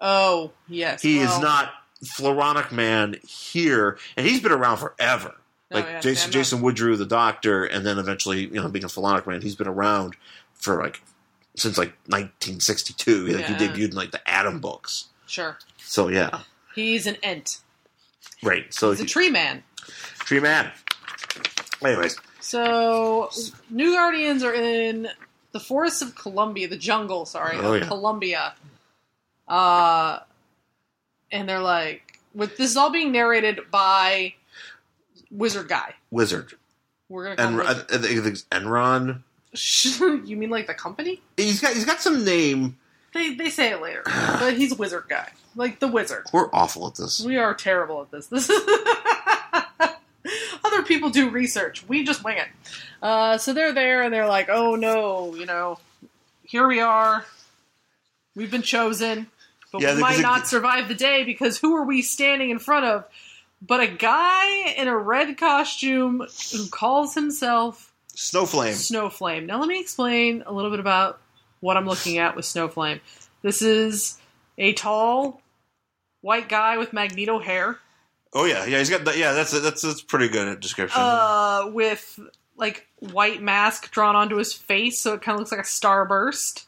[SPEAKER 1] oh, yes.
[SPEAKER 2] He
[SPEAKER 1] well,
[SPEAKER 2] is not Floronic Man here, and he's been around forever.
[SPEAKER 1] no,
[SPEAKER 2] like
[SPEAKER 1] Oh, yeah, see,
[SPEAKER 2] Jason,
[SPEAKER 1] I'm not-
[SPEAKER 2] Jason Woodrew, the Doctor, and then eventually, you know, being a Floronic Man, he's been around for like since like 1962. Like he
[SPEAKER 1] Yeah.
[SPEAKER 2] debuted in like the Atom books.
[SPEAKER 1] Sure.
[SPEAKER 2] So yeah,
[SPEAKER 1] He's an Ent.
[SPEAKER 2] right. So
[SPEAKER 1] He's a
[SPEAKER 2] he-
[SPEAKER 1] tree man.
[SPEAKER 2] Tree Man. Anyways,
[SPEAKER 1] So, New Guardians are in the forests of Colombia, the jungle, sorry,
[SPEAKER 2] Oh,
[SPEAKER 1] of
[SPEAKER 2] yeah.
[SPEAKER 1] Colombia. Uh, and they're like, with this is all being narrated by Wizard Guy.
[SPEAKER 2] Wizard
[SPEAKER 1] We're gonna
[SPEAKER 2] and
[SPEAKER 1] call him
[SPEAKER 2] Enron.
[SPEAKER 1] Wizard- (laughs) you mean like the company?
[SPEAKER 2] He's got he's got some name.
[SPEAKER 1] They they say it later, but he's Wizard Guy, like the wizard.
[SPEAKER 2] We're awful at this.
[SPEAKER 1] We are terrible at this. (laughs) This is. Other people do research. We just wing it. Uh, so they're there and they're like, oh no, you know, here we are. We've been chosen, but
[SPEAKER 2] Yeah,
[SPEAKER 1] we
[SPEAKER 2] 'cause
[SPEAKER 1] might
[SPEAKER 2] it-
[SPEAKER 1] not survive the day because who are we standing in front of? But a guy in a red costume who calls himself
[SPEAKER 2] Snowflame.
[SPEAKER 1] Snowflame. Now, let me explain a little bit about what I'm looking at with Snowflame. This is a tall, white guy with magneto hair,
[SPEAKER 2] Oh yeah, yeah. He's got that. Yeah, that's that's that's pretty good at description.
[SPEAKER 1] uh, with like white mask drawn onto his face, so it kind of looks like a starburst.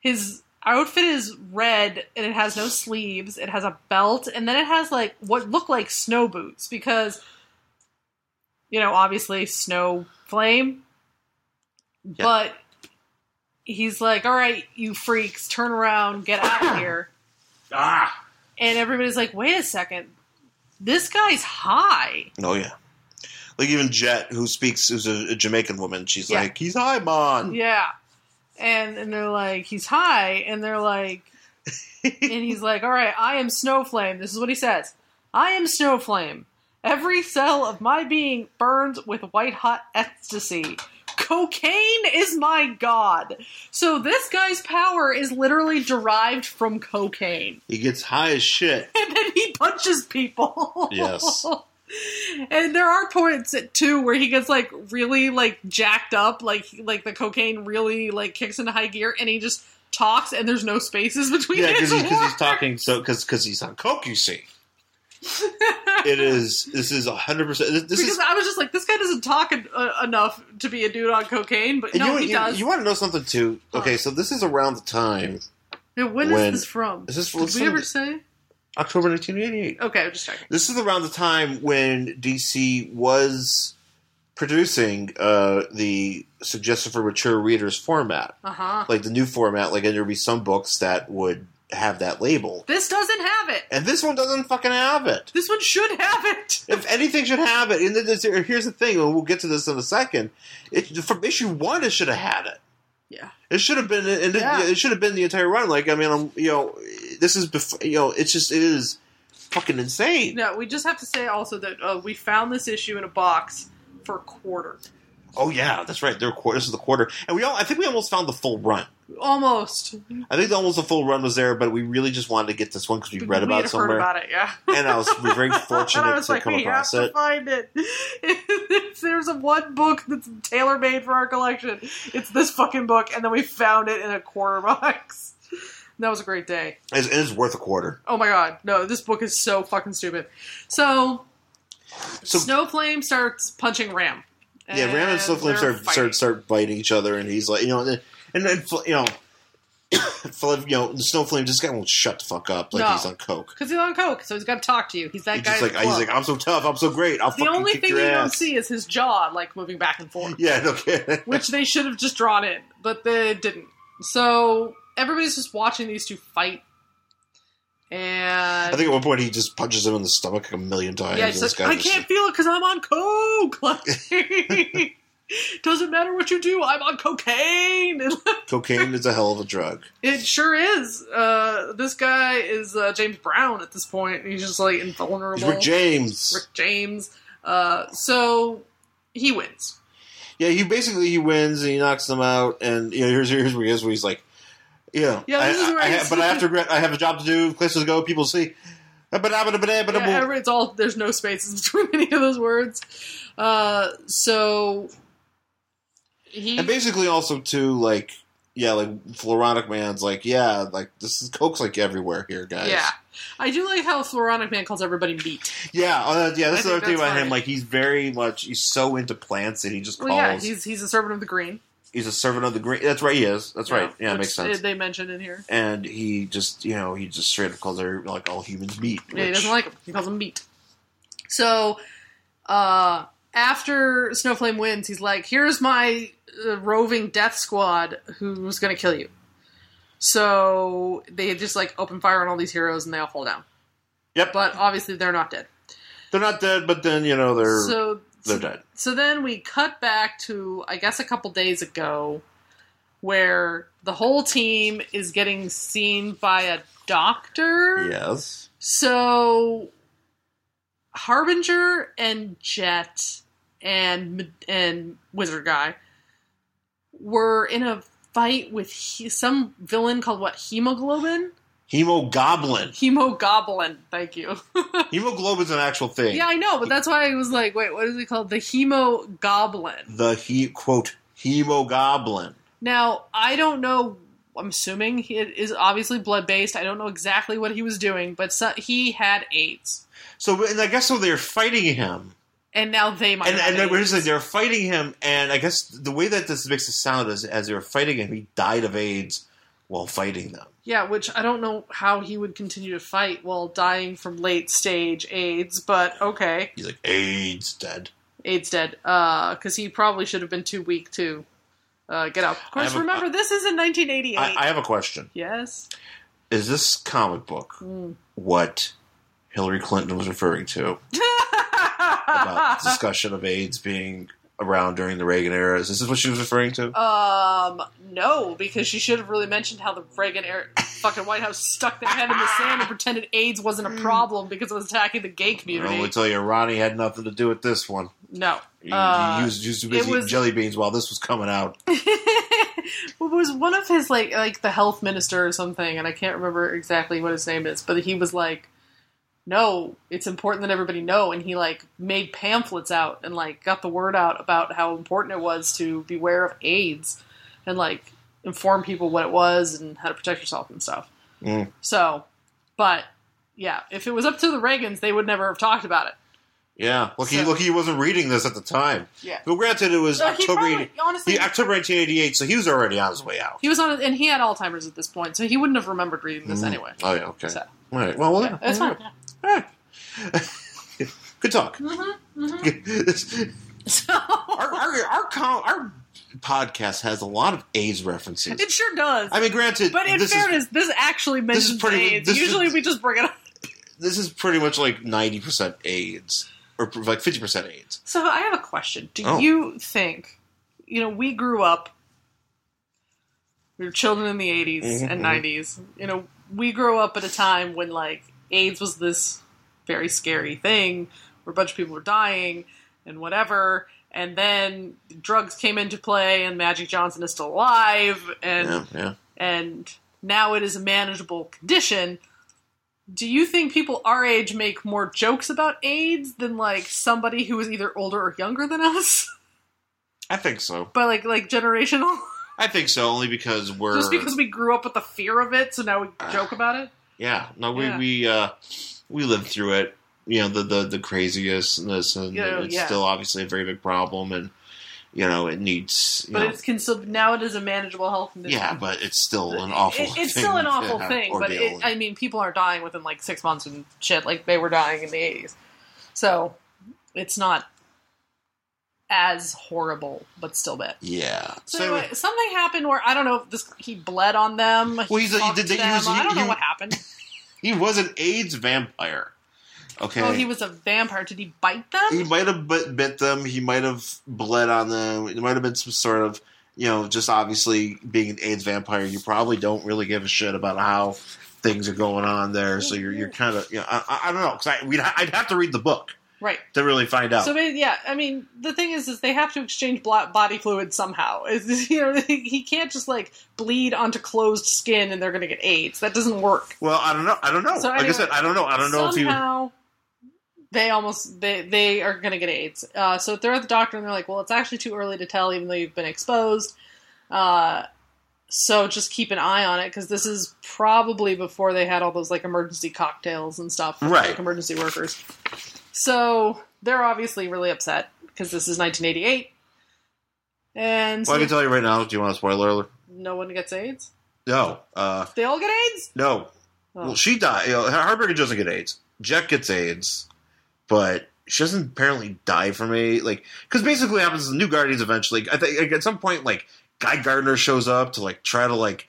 [SPEAKER 1] His outfit is red and it has no sleeves. It has a belt, and then it has like what look like snow boots because, you know, obviously snow flame.
[SPEAKER 2] Yeah.
[SPEAKER 1] But he's like, "All right, you freaks, turn around, get out of here."
[SPEAKER 2] ah.
[SPEAKER 1] And everybody's like, "Wait a second, this guy's high."
[SPEAKER 2] Oh yeah. Like even Jet, who speaks, who's a, a Jamaican woman. She's
[SPEAKER 1] Yeah.
[SPEAKER 2] like, he's high, man.
[SPEAKER 1] Yeah. And and they're like, he's high, and they're like and he's like, All right, I am Snowflame. This is what he says. I am Snowflame. Every cell of my being burns with white hot ecstasy. cocaine is my god. So this guy's power is literally derived from cocaine.
[SPEAKER 2] He gets high as shit.
[SPEAKER 1] (laughs) And then he punches people.
[SPEAKER 2] Yes.
[SPEAKER 1] (laughs) And there are points at two where he gets like really like jacked up, like like the cocaine really like kicks into high gear, and he just talks, and there's no spaces (laughs) between.
[SPEAKER 2] Yeah,
[SPEAKER 1] his
[SPEAKER 2] because he's, 'cause he's
[SPEAKER 1] words.
[SPEAKER 2] talking so because because he's on coke. You see,
[SPEAKER 1] (laughs)
[SPEAKER 2] it is this is hundred percent. This, this
[SPEAKER 1] because
[SPEAKER 2] is
[SPEAKER 1] I was just like, this guy doesn't talk en- uh, enough to be a dude on cocaine, but
[SPEAKER 2] and
[SPEAKER 1] no,
[SPEAKER 2] you,
[SPEAKER 1] he
[SPEAKER 2] you,
[SPEAKER 1] does.
[SPEAKER 2] you want to know something too?
[SPEAKER 1] Huh.
[SPEAKER 2] Okay, so this is around the time
[SPEAKER 1] Yeah, when is
[SPEAKER 2] when-
[SPEAKER 1] this from?
[SPEAKER 2] is this-
[SPEAKER 1] Did
[SPEAKER 2] what's
[SPEAKER 1] we
[SPEAKER 2] from
[SPEAKER 1] ever
[SPEAKER 2] the-
[SPEAKER 1] say?
[SPEAKER 2] October nineteen eighty eight.
[SPEAKER 1] Okay, I'm just checking.
[SPEAKER 2] This is around the time when DC was producing uh, the suggested for mature readers format,
[SPEAKER 1] Uh huh.
[SPEAKER 2] like the new format. Like, and there'd be some books that would have that label,
[SPEAKER 1] This doesn't have it.
[SPEAKER 2] and this one doesn't fucking have it.
[SPEAKER 1] This one should have it.
[SPEAKER 2] If anything should have it, and then there's- here's the thing, and we'll get to this in a second. It, from issue one, it should have had it.
[SPEAKER 1] Yeah.
[SPEAKER 2] It should have been. And it,
[SPEAKER 1] Yeah.
[SPEAKER 2] it should have been the entire run. Like, I mean, I'm, you know, this is before. You know, it's just it is fucking insane.
[SPEAKER 1] No, we just have to say also that uh, we found this issue in a box for a quarter,
[SPEAKER 2] Oh yeah, that's right. They're quar- this is the quarter, and we all. I think we almost found the full run.
[SPEAKER 1] almost.
[SPEAKER 2] I think almost the full run was there, but we really just wanted to get this one because we read about
[SPEAKER 1] had
[SPEAKER 2] it somewhere,
[SPEAKER 1] Heard about it,
[SPEAKER 2] (laughs)
[SPEAKER 1] yeah.
[SPEAKER 2] and I was
[SPEAKER 1] (laughs)
[SPEAKER 2] very
[SPEAKER 1] I
[SPEAKER 2] fortunate
[SPEAKER 1] was
[SPEAKER 2] to
[SPEAKER 1] like,
[SPEAKER 2] come
[SPEAKER 1] we
[SPEAKER 2] across
[SPEAKER 1] have
[SPEAKER 2] it.
[SPEAKER 1] to find it. It's- (laughs) There's a one book that's tailor made for our collection. It's this fucking book, and then we found it in a quarter box. (laughs) That was a great day.
[SPEAKER 2] It's, it's worth a quarter.
[SPEAKER 1] Oh my god, no, this book is so fucking stupid. So,
[SPEAKER 2] So-
[SPEAKER 1] Snowflame starts punching Ram.
[SPEAKER 2] Yeah, Ram and Snowflame
[SPEAKER 1] they're
[SPEAKER 2] start,
[SPEAKER 1] fighting.
[SPEAKER 2] start start biting each other, and he's like, you know, and and then you know, (coughs) Fl- you know, Snowflame just guy won't shut the fuck up like
[SPEAKER 1] No.
[SPEAKER 2] he's on coke.
[SPEAKER 1] Because he's on coke, so he's got to talk to you. He's that
[SPEAKER 2] He's
[SPEAKER 1] guy. at
[SPEAKER 2] just like
[SPEAKER 1] the
[SPEAKER 2] he's
[SPEAKER 1] club.
[SPEAKER 2] like, I'm so tough, I'm so great, I'll
[SPEAKER 1] the
[SPEAKER 2] fucking
[SPEAKER 1] only
[SPEAKER 2] kick
[SPEAKER 1] thing you
[SPEAKER 2] your
[SPEAKER 1] don't
[SPEAKER 2] ass.
[SPEAKER 1] see is his jaw, like moving back and forth,
[SPEAKER 2] (laughs) Yeah, no kidding.
[SPEAKER 1] which they should have just drawn in, but they didn't. So everybody's just watching these two fight, and
[SPEAKER 2] I think at one point he just punches him in the stomach like a million times.
[SPEAKER 1] yeah,
[SPEAKER 2] and
[SPEAKER 1] it's
[SPEAKER 2] this
[SPEAKER 1] like,
[SPEAKER 2] guy
[SPEAKER 1] I
[SPEAKER 2] just-
[SPEAKER 1] can't feel it because I'm on coke. (laughs)
[SPEAKER 2] (laughs)
[SPEAKER 1] Like, doesn't matter what you do, I'm on cocaine. (laughs) And
[SPEAKER 2] Cocaine is a hell of a drug.
[SPEAKER 1] It sure is. Uh, this guy is uh, James Brown at this point. He's just like invulnerable.
[SPEAKER 2] He's Rick James.
[SPEAKER 1] Rick James. Uh, so he wins.
[SPEAKER 2] Yeah, he basically he wins and he knocks them out. And you know, here's here's where he is. Where he's like, yeah,
[SPEAKER 1] Yeah, this
[SPEAKER 2] I,
[SPEAKER 1] is where
[SPEAKER 2] I, I
[SPEAKER 1] he's-
[SPEAKER 2] ha- but I have to. regret- I have a job to do. Places to go. People to see. Uh, but I- but I- but I- but
[SPEAKER 1] yeah,
[SPEAKER 2] I-
[SPEAKER 1] every- it's all there's no spaces (laughs) between any of those words. Uh, so he
[SPEAKER 2] And basically, also too, like yeah, like Floronic Man's like yeah, like this is Coke's like everywhere here, guys.
[SPEAKER 1] yeah. I do like how Floronic Man calls everybody meat.
[SPEAKER 2] yeah, oh, that- yeah.
[SPEAKER 1] I
[SPEAKER 2] That's the
[SPEAKER 1] think
[SPEAKER 2] other thing
[SPEAKER 1] that's
[SPEAKER 2] about
[SPEAKER 1] fine.
[SPEAKER 2] him. Like he's very much he's so into plants that he just calls.
[SPEAKER 1] Well, yeah, he's he's a servant of the green.
[SPEAKER 2] he's a servant of the green. That's right. He is. That's right.
[SPEAKER 1] which
[SPEAKER 2] Yeah, it
[SPEAKER 1] uh,
[SPEAKER 2] makes sense.
[SPEAKER 1] They mentioned in here.
[SPEAKER 2] and he just you know he just straight up calls her like all humans meat.
[SPEAKER 1] Yeah, he
[SPEAKER 2] which-
[SPEAKER 1] doesn't like him. He calls him meat. So, uh, after Snowflame wins, he's like, "Here's my uh, roving death squad who's going to kill you." So they just like open fire on all these heroes, and they all fall down.
[SPEAKER 2] Yep.
[SPEAKER 1] But obviously, they're not dead.
[SPEAKER 2] They're not dead, but then you know they're
[SPEAKER 1] so
[SPEAKER 2] they're
[SPEAKER 1] so,
[SPEAKER 2] dead.
[SPEAKER 1] so then we cut back to I guess a couple days ago where the whole team is getting seen by a doctor.
[SPEAKER 2] Yes.
[SPEAKER 1] So Harbinger and Jet and and Wizard guy were in a fight with he, some villain called what hemoglobin (laughs)
[SPEAKER 2] Hemoglobin.
[SPEAKER 1] hemoglobin thank you (laughs)
[SPEAKER 2] Hemoglobin's an actual thing.
[SPEAKER 1] yeah i know but that's why i was like wait what is it called the hemoglobin
[SPEAKER 2] The he quote hemoglobin.
[SPEAKER 1] Now, I don't know. I'm assuming he- it is obviously blood based. I don't know exactly what he was doing, but so, he had AIDS,
[SPEAKER 2] So and I guess so they're fighting him.
[SPEAKER 1] and now they might.
[SPEAKER 2] And
[SPEAKER 1] have
[SPEAKER 2] and we're
[SPEAKER 1] AIDS.
[SPEAKER 2] just like they're fighting him and I guess the way that this makes it sound is as they were fighting him, he died of AIDS while fighting them.
[SPEAKER 1] yeah, which I don't know how he would continue to fight while dying from late stage AIDS, but okay,
[SPEAKER 2] He's like, AIDS dead.
[SPEAKER 1] AIDS dead. Because he probably should have been too weak to uh, get up. Of
[SPEAKER 2] I
[SPEAKER 1] course,
[SPEAKER 2] have a-
[SPEAKER 1] remember this is in 1988.
[SPEAKER 2] I, I have a question.
[SPEAKER 1] yes.
[SPEAKER 2] Is this comic book
[SPEAKER 1] Mm.
[SPEAKER 2] what
[SPEAKER 1] (laughs)
[SPEAKER 2] Hillary Clinton was referring to about the discussion of AIDS being around during the Reagan era. Is this what she was referring to?
[SPEAKER 1] Um, no, because she should have really mentioned how the Reagan era, fucking White House stuck their head in the sand and pretended AIDS wasn't
[SPEAKER 2] Hmm.
[SPEAKER 1] a problem because it was attacking the gay
[SPEAKER 2] I
[SPEAKER 1] community.
[SPEAKER 2] will tell you, Ronnie had nothing to do with this one.
[SPEAKER 1] no.
[SPEAKER 2] He,
[SPEAKER 1] Uh,
[SPEAKER 2] he was just too
[SPEAKER 1] it
[SPEAKER 2] busy
[SPEAKER 1] was-
[SPEAKER 2] eating jelly beans while this was coming out.
[SPEAKER 1] (laughs) it was one of his like like the health minister or something, and I can't remember exactly what his name is, but he was like, "No, it's important that everybody know," and he like made pamphlets out and like got the word out about how important it was to beware of AIDS and like inform people what it was and how to protect yourself and stuff.
[SPEAKER 2] Mm.
[SPEAKER 1] So, but yeah, if it was up to the Reagans, they would never have talked about it.
[SPEAKER 2] Yeah, lucky,
[SPEAKER 1] So-
[SPEAKER 2] lucky he wasn't reading this at the time.
[SPEAKER 1] Yeah.
[SPEAKER 2] But granted, it was
[SPEAKER 1] So he
[SPEAKER 2] October,
[SPEAKER 1] probably, honestly,
[SPEAKER 2] he, October 1988, so he was already on his way out.
[SPEAKER 1] he was on, and he had Alzheimer's at this point, so he wouldn't have remembered reading this
[SPEAKER 2] Mm.
[SPEAKER 1] anyway.
[SPEAKER 2] Oh, yeah, okay.
[SPEAKER 1] So-
[SPEAKER 2] All right, well,
[SPEAKER 1] Yeah, it's fine. Mm-hmm,
[SPEAKER 2] All right. (laughs) Good talk. (laughs)
[SPEAKER 1] So (laughs)
[SPEAKER 2] our, our, our, com- our podcast has a lot of AIDS references.
[SPEAKER 1] it sure does.
[SPEAKER 2] I mean, granted,
[SPEAKER 1] but in
[SPEAKER 2] this is
[SPEAKER 1] fairness, this actually mentions
[SPEAKER 2] is pretty-
[SPEAKER 1] AIDS.
[SPEAKER 2] this
[SPEAKER 1] Usually,
[SPEAKER 2] is-
[SPEAKER 1] we just bring it up.
[SPEAKER 2] this is pretty much like ninety percent AIDS, or pr- like fifty percent AIDS.
[SPEAKER 1] So I have a question. Do
[SPEAKER 2] Oh.
[SPEAKER 1] you think, you know, we grew up, we were children in the 80s
[SPEAKER 2] Mhm,
[SPEAKER 1] and
[SPEAKER 2] mhm.
[SPEAKER 1] 90s. You know, we grew up at a time when, like, AIDS was this very scary thing where a bunch of people were dying and whatever. And then drugs came into play, and Magic Johnson is still alive, and
[SPEAKER 2] Yeah, yeah.
[SPEAKER 1] and now it is a manageable condition. Do you think people our age make more jokes about AIDS than like somebody who is either older or younger than us? (laughs)
[SPEAKER 2] I think so.
[SPEAKER 1] By like like generational, (laughs)
[SPEAKER 2] I think so only because we're
[SPEAKER 1] just because we grew up with the fear of it, so now we joke about it.
[SPEAKER 2] yeah. No, we
[SPEAKER 1] Yeah.
[SPEAKER 2] we uh, we lived through it. You know, the the the craziest and this, and
[SPEAKER 1] Yeah,
[SPEAKER 2] it's
[SPEAKER 1] yeah.
[SPEAKER 2] still obviously a very big problem, and you know it needs. You
[SPEAKER 1] But
[SPEAKER 2] know,
[SPEAKER 1] it's considered now it is a manageable health condition.
[SPEAKER 2] yeah, but it's still an awful.
[SPEAKER 1] It- it's
[SPEAKER 2] thing
[SPEAKER 1] still an
[SPEAKER 2] to
[SPEAKER 1] awful
[SPEAKER 2] have
[SPEAKER 1] thing, but
[SPEAKER 2] ordeal.
[SPEAKER 1] it, I mean, people are dying within like six months and shit. Like they were dying in the eighties, so it's not as horrible, but still bad.
[SPEAKER 2] yeah.
[SPEAKER 1] So anyway, something happened where I don't know if this he bled on them.
[SPEAKER 2] Well, he's a- he
[SPEAKER 1] talked
[SPEAKER 2] did
[SPEAKER 1] to
[SPEAKER 2] the- he
[SPEAKER 1] them,
[SPEAKER 2] was- he-
[SPEAKER 1] I don't know
[SPEAKER 2] he-
[SPEAKER 1] what happened.
[SPEAKER 2] He was an AIDS vampire. (laughs) Okay.
[SPEAKER 1] Oh, he was a vampire. Did he bite them?
[SPEAKER 2] he might have bit, bit them. He might have bled on them. It might have been some sort of, you know, just obviously being an AIDS vampire. You probably don't really give a shit about how things are going on there. So you're you're kind of, you know, I, I- I don't know because I we'd, ha- I'd have to read the book
[SPEAKER 1] right.
[SPEAKER 2] to really find out.
[SPEAKER 1] So ba- yeah, I mean, the thing is, is they have to exchange blo- body fluid somehow. (laughs) It's- you know, he can't just like bleed onto closed skin and they're going to get AIDS. That doesn't work.
[SPEAKER 2] well, I don't know. I don't know.
[SPEAKER 1] So
[SPEAKER 2] like I
[SPEAKER 1] anyway,
[SPEAKER 2] said, I don't know. I don't know if he.
[SPEAKER 1] somehow they almost they they are going to get AIDS. Uh, so they're at the doctor and they're like, "Well, it's actually too early to tell, even though you've been exposed. Uh, so just keep an eye on it because this is probably before they had all those like emergency cocktails and stuff, for,
[SPEAKER 2] Right.
[SPEAKER 1] Like emergency workers. So they're obviously really upset because this is 1988, and so
[SPEAKER 2] Well, I can tell you right now. Do you want a spoiler alert?
[SPEAKER 1] no one gets AIDS.
[SPEAKER 2] No. Uh,
[SPEAKER 1] They all get AIDS.
[SPEAKER 2] no.
[SPEAKER 1] Oh.
[SPEAKER 2] Well, she died. You know, Heartbreaker doesn't get AIDS. Jack gets AIDS, but she doesn't apparently die from AIDS. Like, because basically what happens is the New Guardians eventually. I think like, at some point, like Guy Gardner shows up to like try to like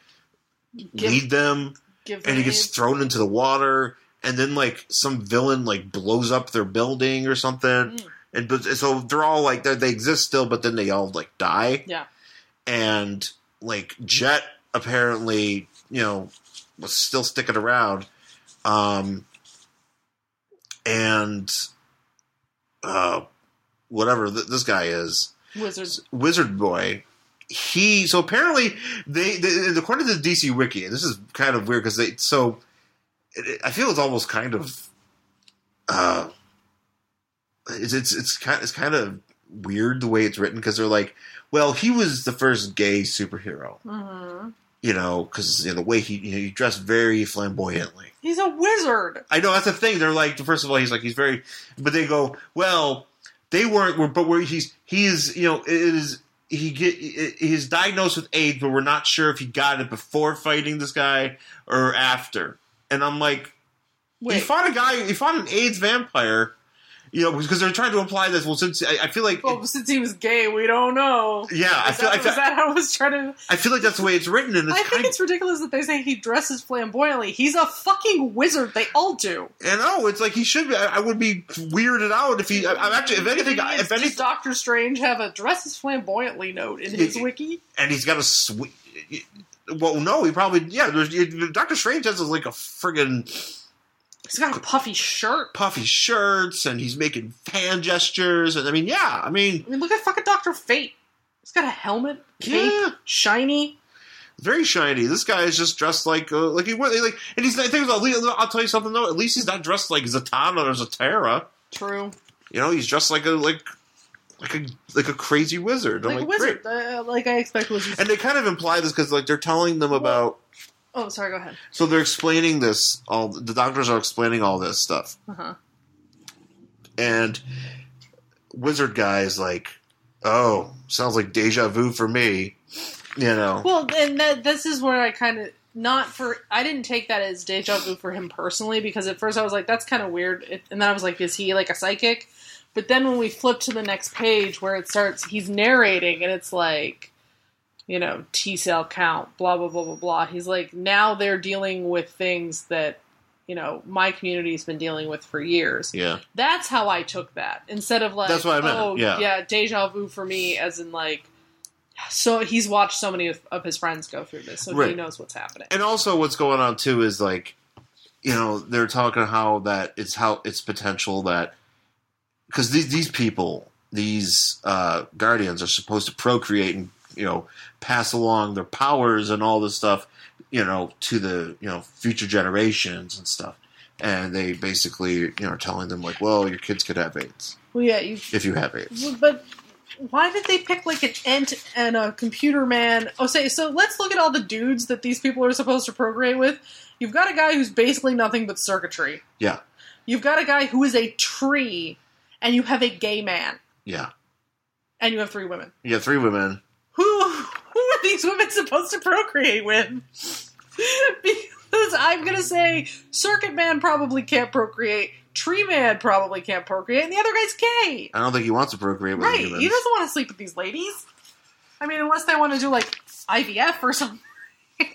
[SPEAKER 1] Give-
[SPEAKER 2] lead them,
[SPEAKER 1] give them
[SPEAKER 2] and he gets
[SPEAKER 1] AIDS.
[SPEAKER 2] thrown into the water, and then like some villain like blows up their building or something,
[SPEAKER 1] Mm.
[SPEAKER 2] and but so they're all like they they exist still, but then they all like die.
[SPEAKER 1] Yeah.
[SPEAKER 2] and like Jet apparently you know was still sticking around, um, and uh, whatever th- this guy is,
[SPEAKER 1] wizards.
[SPEAKER 2] Wizard Boy. He so apparently they, they and according to the DC Wiki, and this is kind of weird because they so it, it- I feel it's almost kind of uh it's it's it's kind it's kind of weird the way it's written because they're like, well, he was the first gay superhero,
[SPEAKER 1] hmm
[SPEAKER 2] you know, because you know, the way he you know, he dressed very flamboyantly.
[SPEAKER 1] He's a wizard.
[SPEAKER 2] I know that's the thing. They're like, first of all, he's like he's very, but they go, well, they weren't, were, but where he's he's you know it is he get he's diagnosed with AIDS, but we're not sure if he got it before fighting this guy or after. And I'm like, he
[SPEAKER 1] Wait,
[SPEAKER 2] fought a guy, he fought an AIDS vampire, You know, because they're trying to imply that. Well, since I, I feel like,
[SPEAKER 1] Well, (laughs) since he was gay, we don't know.
[SPEAKER 2] yeah, I
[SPEAKER 1] Is
[SPEAKER 2] feel,
[SPEAKER 1] that,
[SPEAKER 2] I feel,
[SPEAKER 1] is that how it was trying to?
[SPEAKER 2] I feel like that's the way it's written, and it's
[SPEAKER 1] I think
[SPEAKER 2] kind
[SPEAKER 1] it's ridiculous that they say he dresses flamboyantly. He's a fucking wizard. They all do.
[SPEAKER 2] and oh, it's like he should be. I, I would be weirded out if he. I, I'm actually, if anything, I-
[SPEAKER 1] Does-
[SPEAKER 2] if anything,
[SPEAKER 1] does Doctor Strange have a dresses flamboyantly note in his
[SPEAKER 2] Yeah.
[SPEAKER 1] wiki?
[SPEAKER 2] and he's got a sweet. Well, no, he probably yeah. There's, Doctor Strange has like a friggin'
[SPEAKER 1] He's got a puffy shirt.
[SPEAKER 2] puffy shirts, and he's making fan gestures, and I mean, yeah, I mean,
[SPEAKER 1] I mean, look at fucking Doctor Fate. He's got a helmet, cape,
[SPEAKER 2] yeah,
[SPEAKER 1] shiny.
[SPEAKER 2] very shiny. This guy is just dressed like uh, like he was like, and he's. I think I'll, I'll tell you something though. At least he's not dressed like Zatanna or Zatara.
[SPEAKER 1] True.
[SPEAKER 2] You know, he's dressed like a like like a like a crazy wizard. I'm
[SPEAKER 1] Like, a
[SPEAKER 2] like, great.
[SPEAKER 1] wizard, uh, like I expect wizards.
[SPEAKER 2] And they kind of imply this because like they're telling them about.
[SPEAKER 1] oh, sorry. Go ahead.
[SPEAKER 2] So they're explaining this. All the doctors are explaining all this stuff.
[SPEAKER 1] Uh huh.
[SPEAKER 2] and wizard guy is like, "Oh, sounds like deja vu for me," you know.
[SPEAKER 1] Well, and that, this is where I kind of not for I didn't take that as deja vu for him personally because at first I was like that's kind of weird, It- and then I was like, is he like a psychic? But then when we flip to the next page where it starts, he's narrating and it's like, you know, T cell count, blah blah blah blah blah. He's like, now they're dealing with things that you know my community's been dealing with for years.
[SPEAKER 2] yeah,
[SPEAKER 1] That's how I took that. Instead of like,
[SPEAKER 2] That's what I meant,
[SPEAKER 1] Oh,
[SPEAKER 2] yeah.
[SPEAKER 1] deja vu for me, as in like, so he's watched so many of, of his friends go through this, so he
[SPEAKER 2] Right.
[SPEAKER 1] knows what's happening.
[SPEAKER 2] and also what's going on too is like, you know, they're talking how that it's how it's potential that because these these people these uh, guardians are supposed to procreate and you know pass along their powers and all this stuff you know to the you know future generations and stuff and they basically you know are telling them like well your kids could have aids
[SPEAKER 1] Well, yeah, you.
[SPEAKER 2] if you have AIDS.
[SPEAKER 1] But why did they pick like an ent and a computer man? Oh, say so. Let's look at all the dudes that these people are supposed to procreate with. You've got a guy who's basically nothing but circuitry.
[SPEAKER 2] Yeah,
[SPEAKER 1] You've got a guy who is a tree, and you have a gay man,
[SPEAKER 2] yeah.
[SPEAKER 1] and you have three women.
[SPEAKER 2] You got three women.
[SPEAKER 1] who who are these women supposed to procreate with? (laughs) because I'm gonna say Circuit Man probably can't procreate, Tree Man probably can't procreate, and the other guy's gay.
[SPEAKER 2] I don't think he wants to procreate with
[SPEAKER 1] Right.
[SPEAKER 2] humans.
[SPEAKER 1] He doesn't want to sleep with these ladies. I mean, unless they want to do like IVF or something. (laughs)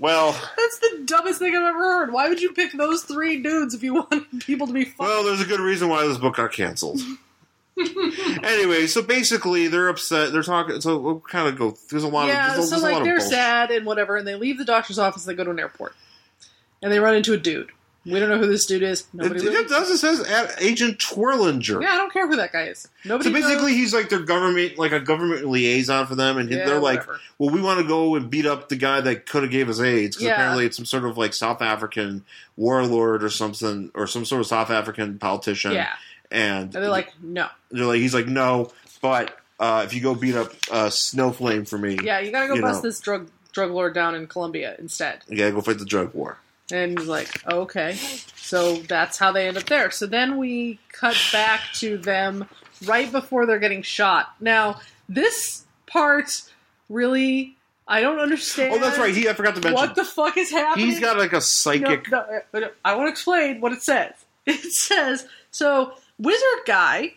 [SPEAKER 2] well,
[SPEAKER 1] That's the dumbest thing I've ever heard. Why would you pick those three dudes if you wanted people to be fucking?
[SPEAKER 2] well, there's a good reason why this book
[SPEAKER 1] (laughs)
[SPEAKER 2] got canceled. anyway, so basically they're upset. They're talking. So we'll kind of go. There's a lot
[SPEAKER 1] yeah,
[SPEAKER 2] of. There's, a-
[SPEAKER 1] so
[SPEAKER 2] there's a lot
[SPEAKER 1] like
[SPEAKER 2] of
[SPEAKER 1] they're
[SPEAKER 2] bullshit.
[SPEAKER 1] sad and whatever, and they leave the doctor's office. They go to an airport, and they run into a dude. We don't know who this dude is.
[SPEAKER 2] It,
[SPEAKER 1] Nobody really.
[SPEAKER 2] it does. It says Ad- Agent Twirlinger.
[SPEAKER 1] Yeah, I don't care who that guy is. Nobody.
[SPEAKER 2] So basically, he's like their government, like a government liaison for them, and
[SPEAKER 1] knows. Yeah,
[SPEAKER 2] they're like,
[SPEAKER 1] whatever.
[SPEAKER 2] "Well, we want to go and beat up the guy that could have gave us AIDS because
[SPEAKER 1] Yeah.
[SPEAKER 2] apparently it's some sort of like South African warlord or something, or some sort of South African politician."
[SPEAKER 1] yeah,
[SPEAKER 2] and
[SPEAKER 1] and they're like, no,
[SPEAKER 2] they're like, he's like, no, but uh, if you go beat up uh, Snowflame for me,
[SPEAKER 1] yeah, you gotta go
[SPEAKER 2] You
[SPEAKER 1] bust
[SPEAKER 2] know.
[SPEAKER 1] this drug drug lord down in Colombia instead.
[SPEAKER 2] you gotta go fight the drug war.
[SPEAKER 1] And he's like, oh, okay, so that's how they end up there. So then we cut back to them right before they're getting shot. Now this part really, I don't understand.
[SPEAKER 2] Oh, that's right. He I forgot to mention.
[SPEAKER 1] what the fuck is happening?
[SPEAKER 2] he's got like a psychic.
[SPEAKER 1] No, no, no, no. I want to explain what it says. (laughs) It says so. Wizard guy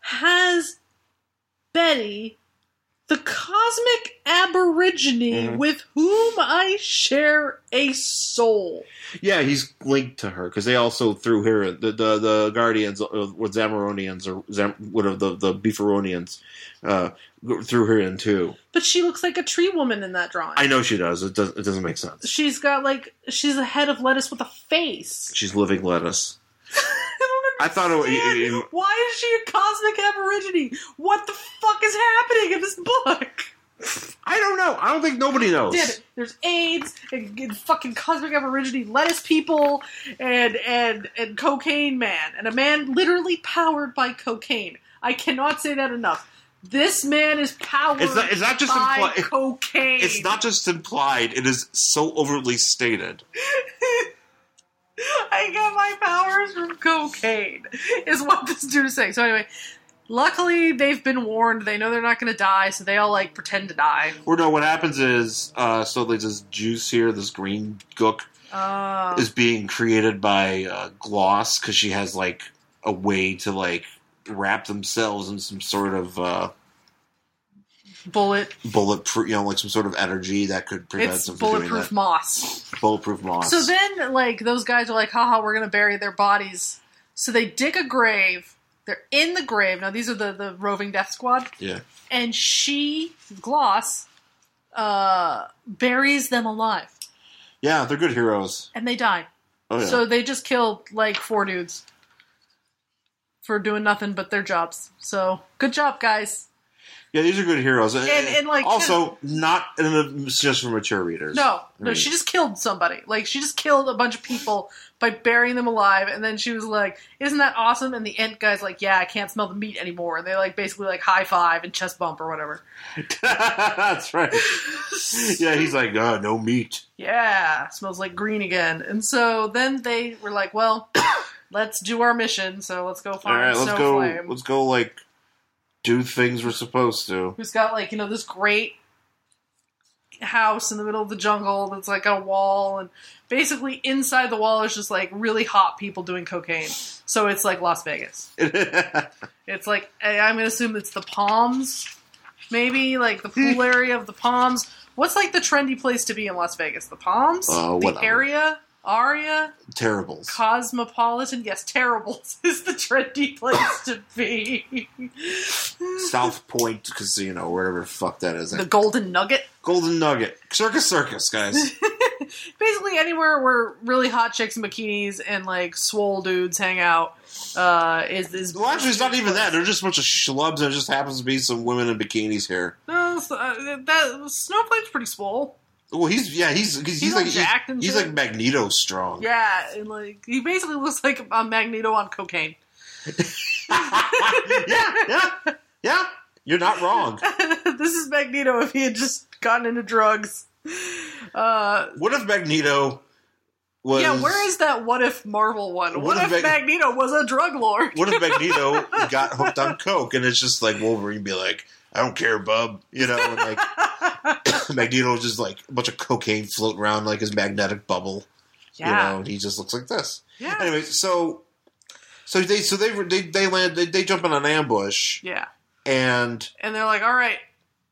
[SPEAKER 1] has Betty, the cosmic aborigine
[SPEAKER 2] Mhm.
[SPEAKER 1] with whom I share a soul.
[SPEAKER 2] Yeah, he's linked to her because they also threw her the the, the Guardians uh, with Zamoronians or Zam, whatever the the Beefaronians uh, threw her in too.
[SPEAKER 1] But she looks like a tree woman in that drawing.
[SPEAKER 2] I know she does. It does. It doesn't make sense.
[SPEAKER 1] She's got like she's a head of lettuce with a face. (laughs)
[SPEAKER 2] She's living lettuce.
[SPEAKER 1] I don't
[SPEAKER 2] I thought it. was
[SPEAKER 1] understand. Why is she a cosmic aborigine? What the fuck is happening in this book?
[SPEAKER 2] I don't know. I don't think nobody knows.
[SPEAKER 1] Damn it. There's AIDS and, and fucking cosmic aborigine lettuce people and and and cocaine man and a man literally powered by cocaine. I cannot say that enough. This man is powered
[SPEAKER 2] It's not. It's not just.
[SPEAKER 1] by
[SPEAKER 2] Impl-
[SPEAKER 1] cocaine.
[SPEAKER 2] It's not just implied, it is so overly stated.
[SPEAKER 1] (laughs) I got my powers from cocaine, is what this dude is saying. So anyway, luckily they've been warned. They know they're not going to die, so they all like pretend to die.
[SPEAKER 2] Or no, what happens is, uh, so there's this juice here, this green gook,
[SPEAKER 1] Uh,
[SPEAKER 2] is being created by uh, Gloss because she has like a way to like wrap themselves in some sort of uh,
[SPEAKER 1] Bullet.
[SPEAKER 2] bulletproof, you know, like some sort of energy that could prevent
[SPEAKER 1] It's
[SPEAKER 2] them from doing
[SPEAKER 1] bulletproof
[SPEAKER 2] that.
[SPEAKER 1] moss.
[SPEAKER 2] Bulletproof moss.
[SPEAKER 1] So then, like, those guys are like, haha, we're going to bury their bodies. So they dig a grave. They're in the grave. Now, these are the, the roving death squad.
[SPEAKER 2] yeah,
[SPEAKER 1] And she, Gloss, uh, buries them alive.
[SPEAKER 2] yeah, they're good heroes.
[SPEAKER 1] And they die.
[SPEAKER 2] Oh yeah,
[SPEAKER 1] So they just killed, like, four dudes for doing nothing but their jobs. So good job, guys.
[SPEAKER 2] yeah, these are good heroes. And,
[SPEAKER 1] and, like,
[SPEAKER 2] also not in a suggestion for mature readers.
[SPEAKER 1] No, no,
[SPEAKER 2] Right.
[SPEAKER 1] she just killed somebody. Like she just killed a bunch of people by burying them alive, and then she was like, "Isn't that awesome?" And the ant guy's like, "Yeah, I can't smell the meat anymore." And they like basically like high five and chest bump or whatever.
[SPEAKER 2] (laughs) that's right. Yeah, he's like, ah, no meat.
[SPEAKER 1] Yeah, smells like green again. And so then they were like, "Well, (coughs) let's do our mission. So let's go
[SPEAKER 2] All
[SPEAKER 1] find
[SPEAKER 2] right, let's go.
[SPEAKER 1] Snowflame,
[SPEAKER 2] Let's go. Like, do things we're supposed to. (laughs)
[SPEAKER 1] who's got like you know this great." House in the middle of the jungle that's like got a wall, and basically inside the wall is just like really hot people doing cocaine. So it's like Las Vegas. It's like I- I'm gonna assume it's the Palms, maybe like the pool area of the Palms. What's like the trendy place to be in Las Vegas? The Palms,
[SPEAKER 2] Uh,
[SPEAKER 1] the
[SPEAKER 2] whatever.
[SPEAKER 1] area, Aria,
[SPEAKER 2] Terribles.
[SPEAKER 1] Cosmopolitan. Yes, Terribles (laughs) is the trendy place to be.
[SPEAKER 2] South Point Casino, wherever the fuck that is.
[SPEAKER 1] the Golden Nugget,
[SPEAKER 2] Golden Nugget. Circus Circus, guys.
[SPEAKER 1] basically anywhere where really hot chicks in bikinis and like swole dudes hang out. Uh, is is
[SPEAKER 2] well, actually, it's not even that. They're just a bunch of schlubs, and it just happens to be some women in bikinis here.
[SPEAKER 1] No, so, uh, that Snowflake's pretty swole.
[SPEAKER 2] Well, he's, yeah, he's, he's,
[SPEAKER 1] He's
[SPEAKER 2] like,
[SPEAKER 1] all jacked and
[SPEAKER 2] he's, he's
[SPEAKER 1] shit.
[SPEAKER 2] like Magneto strong.
[SPEAKER 1] Yeah, and like he basically looks like a Magneto on cocaine.
[SPEAKER 2] (laughs)
[SPEAKER 1] (laughs)
[SPEAKER 2] yeah, yeah, yeah. You're not wrong.
[SPEAKER 1] this is Magneto if he had just gotten into drugs. Uh,
[SPEAKER 2] What if Magneto was.
[SPEAKER 1] yeah, where is that what if Marvel one? What,
[SPEAKER 2] What if
[SPEAKER 1] if,
[SPEAKER 2] Mag-
[SPEAKER 1] Magneto was a drug lord? (laughs)
[SPEAKER 2] What if Magneto got hooked on coke, and it's just like Wolverine be like, "I don't care, bub," you know, and like (coughs) Magneto just like a bunch of cocaine floating around like his magnetic bubble,
[SPEAKER 1] yeah.
[SPEAKER 2] you know, and he just looks like this.
[SPEAKER 1] Yeah.
[SPEAKER 2] Anyway, so so they so they they they land they, they jump in an ambush
[SPEAKER 1] Yeah.
[SPEAKER 2] and
[SPEAKER 1] And they're like, all right,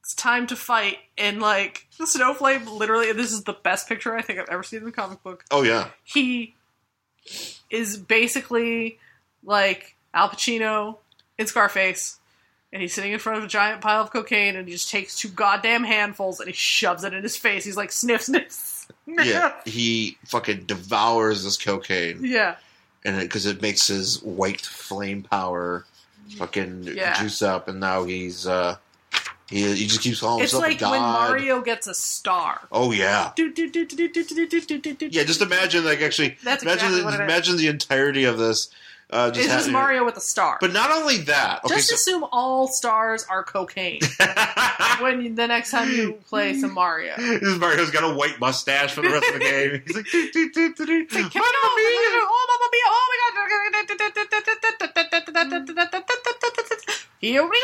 [SPEAKER 1] it's time to fight. And like, the Snowflake literally, and this is the best picture I think I've ever seen in a comic book.
[SPEAKER 2] oh yeah
[SPEAKER 1] He is basically like Al Pacino in Scarface. And he's sitting in front of a giant pile of cocaine, and he just takes two goddamn handfuls and he shoves it in his face. He's like, sniff, sniff.
[SPEAKER 2] yeah he fucking devours this cocaine
[SPEAKER 1] (laughs) Yeah.
[SPEAKER 2] and because it, makes his white flame power fucking
[SPEAKER 1] Yeah.
[SPEAKER 2] juice up and now he's uh he, he just keeps calling
[SPEAKER 1] It's
[SPEAKER 2] himself
[SPEAKER 1] like
[SPEAKER 2] a god
[SPEAKER 1] when Mario gets a star.
[SPEAKER 2] oh yeah
[SPEAKER 1] Do, do, do, do, do, do, do, do, do, do.
[SPEAKER 2] Yeah, just imagine like actually
[SPEAKER 1] That's
[SPEAKER 2] imagine
[SPEAKER 1] exactly
[SPEAKER 2] the,
[SPEAKER 1] what it is.
[SPEAKER 2] imagine the entirety of this. Uh, just
[SPEAKER 1] It's just
[SPEAKER 2] happening.
[SPEAKER 1] Mario with a star.
[SPEAKER 2] But not only that. Okay,
[SPEAKER 1] just
[SPEAKER 2] so-
[SPEAKER 1] assume all stars are
[SPEAKER 2] (laughs)
[SPEAKER 1] cocaine when you, the next time you play some Mario.
[SPEAKER 2] this Mario's got a white mustache for the rest of the game. He's like, "Doo, doo, doo, doo, doo."
[SPEAKER 1] Can we go- Oh, Mamma Mia! Oh my God! Here we go!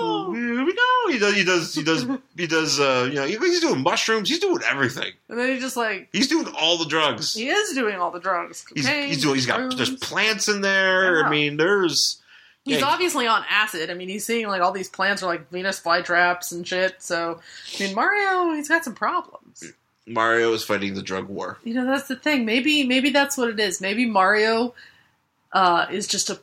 [SPEAKER 2] Oh, Here we go. He does. He does. He does. He does. Uh, you know, he's doing mushrooms. He's doing everything.
[SPEAKER 1] And then he just like
[SPEAKER 2] He's doing all the drugs.
[SPEAKER 1] he is doing all the drugs.
[SPEAKER 2] He's,
[SPEAKER 1] Cocaine,
[SPEAKER 2] he's doing. He's got.
[SPEAKER 1] shrooms.
[SPEAKER 2] There's plants in there.
[SPEAKER 1] Yeah.
[SPEAKER 2] I mean, there's.
[SPEAKER 1] He's
[SPEAKER 2] Yeah.
[SPEAKER 1] obviously on acid. I mean, he's seeing like all these plants are like Venus flytraps and shit. So, I mean, Mario, he's got some problems.
[SPEAKER 2] Mario is fighting the drug war.
[SPEAKER 1] You know, that's the thing. Maybe, maybe that's what it is. Maybe Mario uh, is just a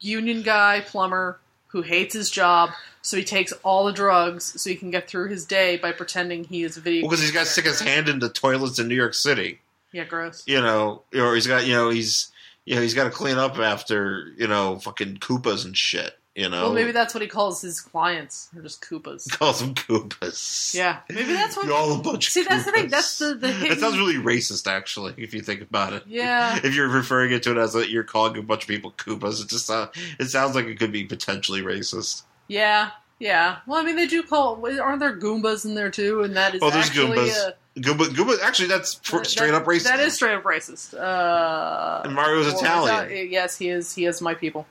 [SPEAKER 1] union guy plumber who hates his job, so he takes all the drugs so he can get through his day by pretending he is a video.
[SPEAKER 2] Well, because he's got to stick his hand into toilets in New York City.
[SPEAKER 1] Yeah, gross.
[SPEAKER 2] you know, or he's got you know he's you know he's got to clean up after you know fucking Koopas and shit. You know,
[SPEAKER 1] Well,
[SPEAKER 2] (laughs)
[SPEAKER 1] maybe that's what he calls his clients. They're just Koopas.
[SPEAKER 2] calls them Koopas.
[SPEAKER 1] Yeah, maybe that's
[SPEAKER 2] (laughs) You're
[SPEAKER 1] what.
[SPEAKER 2] all a bunch. of
[SPEAKER 1] See, that's the thing. That's the
[SPEAKER 2] Koopas. (laughs)
[SPEAKER 1] the.
[SPEAKER 2] That sounds
[SPEAKER 1] hidden-
[SPEAKER 2] really racist, actually, if you think about it.
[SPEAKER 1] Yeah.
[SPEAKER 2] (laughs) If you're referring it to it as a, you're calling a bunch of people Koopas, it just sound, it sounds like it could be potentially racist.
[SPEAKER 1] Yeah, yeah. Well, I mean, they do call. Aren't there Goombas in there too? And that is
[SPEAKER 2] Oh, there's
[SPEAKER 1] actually
[SPEAKER 2] Goombas.
[SPEAKER 1] uh,
[SPEAKER 2] Goomba, Goomba, actually, that's fr-
[SPEAKER 1] that-
[SPEAKER 2] straight up racist.
[SPEAKER 1] That
[SPEAKER 2] (laughs)
[SPEAKER 1] is straight up racist. Uh,
[SPEAKER 2] And Mario's
[SPEAKER 1] well,
[SPEAKER 2] Italian.
[SPEAKER 1] Ital- yes, he is. He is my people.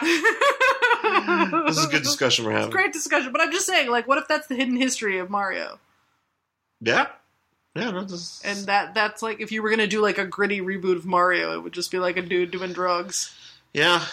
[SPEAKER 2] Mm,
[SPEAKER 1] (laughs)
[SPEAKER 2] this is a good discussion we're
[SPEAKER 1] It's a
[SPEAKER 2] having.
[SPEAKER 1] great discussion, but I'm just saying, like, what if that's the hidden history of Mario?
[SPEAKER 2] Yeah, yeah, no, this,
[SPEAKER 1] And that that's like, if you were gonna do like a gritty reboot of Mario, it would just be like a dude doing drugs.
[SPEAKER 2] Yeah,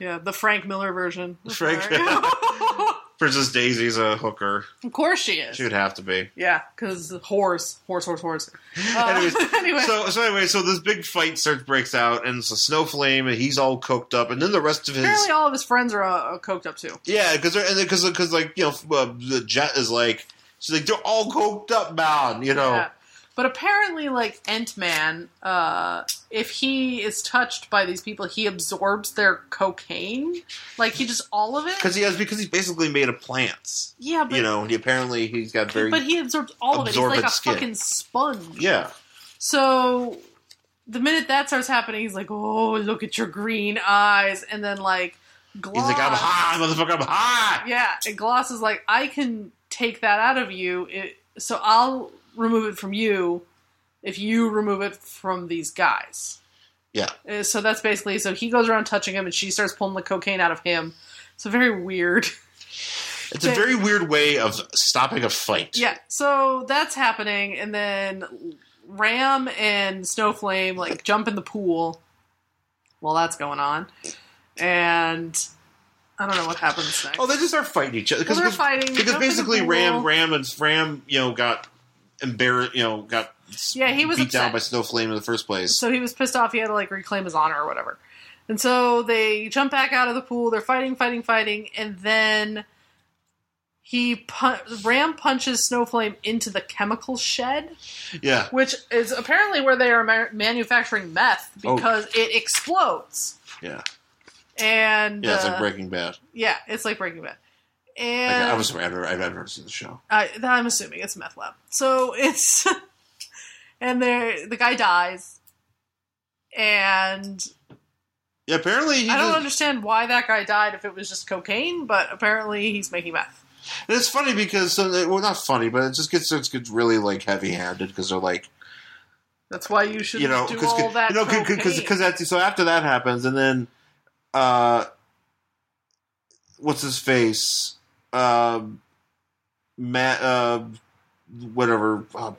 [SPEAKER 1] Yeah, the Frank Miller version.
[SPEAKER 2] The Frank-
[SPEAKER 1] (laughs) of
[SPEAKER 2] Princess Daisy's a hooker.
[SPEAKER 1] course she is.
[SPEAKER 2] She would have to be.
[SPEAKER 1] Yeah, because horse, horse, horse, horse. Uh, (laughs)
[SPEAKER 2] (laughs) Anyways,
[SPEAKER 1] anyway.
[SPEAKER 2] So, so anyway, so this big fight search breaks out, and it's a snow flame, and he's all cooked up, and then the rest of his
[SPEAKER 1] Apparently, all of his friends are uh, coked up too.
[SPEAKER 2] yeah, because because because like you know f- uh, the jet is like she's like they're all coked up, man. You know,
[SPEAKER 1] Yeah. But apparently, like Ant Man, uh, if he is touched by these people, he absorbs their cocaine. Like he just all of it.
[SPEAKER 2] because he has because he's basically made of plants.
[SPEAKER 1] Yeah, but
[SPEAKER 2] you know, and he, apparently he's got very
[SPEAKER 1] but he absorbs all of it. He's like a
[SPEAKER 2] absorbent skin.
[SPEAKER 1] fucking sponge.
[SPEAKER 2] yeah.
[SPEAKER 1] So the minute that starts happening, he's like, "Oh, look at your green eyes," and then like gloss.
[SPEAKER 2] He's like I'm high, motherfucker, I'm high.
[SPEAKER 1] Yeah, and gloss is like, "I can take that out of you, it, so I'll remove it from you if you remove it from these guys."
[SPEAKER 2] Yeah.
[SPEAKER 1] Uh, So that's basically so he goes around touching him, and she starts pulling the cocaine out of him. It's a very weird.
[SPEAKER 2] It's a very weird way of stopping a fight.
[SPEAKER 1] Yeah, so that's happening, and then Ram and Snowflame like jump in the pool while that's going on, and I don't know what happens next.
[SPEAKER 2] Oh, they just start fighting each other
[SPEAKER 1] Well,
[SPEAKER 2] because
[SPEAKER 1] they're fighting they
[SPEAKER 2] because
[SPEAKER 1] jump in the
[SPEAKER 2] basically
[SPEAKER 1] pool.
[SPEAKER 2] Ram Ram and Ram you know got embarrassed you know got
[SPEAKER 1] Yeah, he was
[SPEAKER 2] beat
[SPEAKER 1] upset.
[SPEAKER 2] down by Snowflame in the first place.
[SPEAKER 1] So he was pissed off. He had to like reclaim his honor or whatever. And so they jump back out of the pool. They're fighting, fighting, fighting, and then he pun- Ram punches Snowflame into the chemical shed.
[SPEAKER 2] yeah,
[SPEAKER 1] which is apparently where they are ma- manufacturing meth
[SPEAKER 2] Oh.
[SPEAKER 1] because it explodes
[SPEAKER 2] yeah,
[SPEAKER 1] and
[SPEAKER 2] yeah. It's like
[SPEAKER 1] uh,
[SPEAKER 2] Breaking Bad.
[SPEAKER 1] yeah, it's like Breaking Bad.
[SPEAKER 2] Like,
[SPEAKER 1] And
[SPEAKER 2] I was I've never, I've never seen the show.
[SPEAKER 1] I, that I'm assuming it's meth lab. So (laughs) it's and there the guy dies, and
[SPEAKER 2] Yeah, apparently he
[SPEAKER 1] I don't
[SPEAKER 2] just-
[SPEAKER 1] understand why that guy died if it was just cocaine, but apparently he's making meth.
[SPEAKER 2] And it's funny because so they- well, not funny, but it just gets it gets really like heavy handed because they're like
[SPEAKER 1] That's why you should
[SPEAKER 2] you know
[SPEAKER 1] do
[SPEAKER 2] because
[SPEAKER 1] all that.
[SPEAKER 2] you know
[SPEAKER 1] cocaine.
[SPEAKER 2] because that's so after that happens and then uh what's his face um Matt uh whatever uh,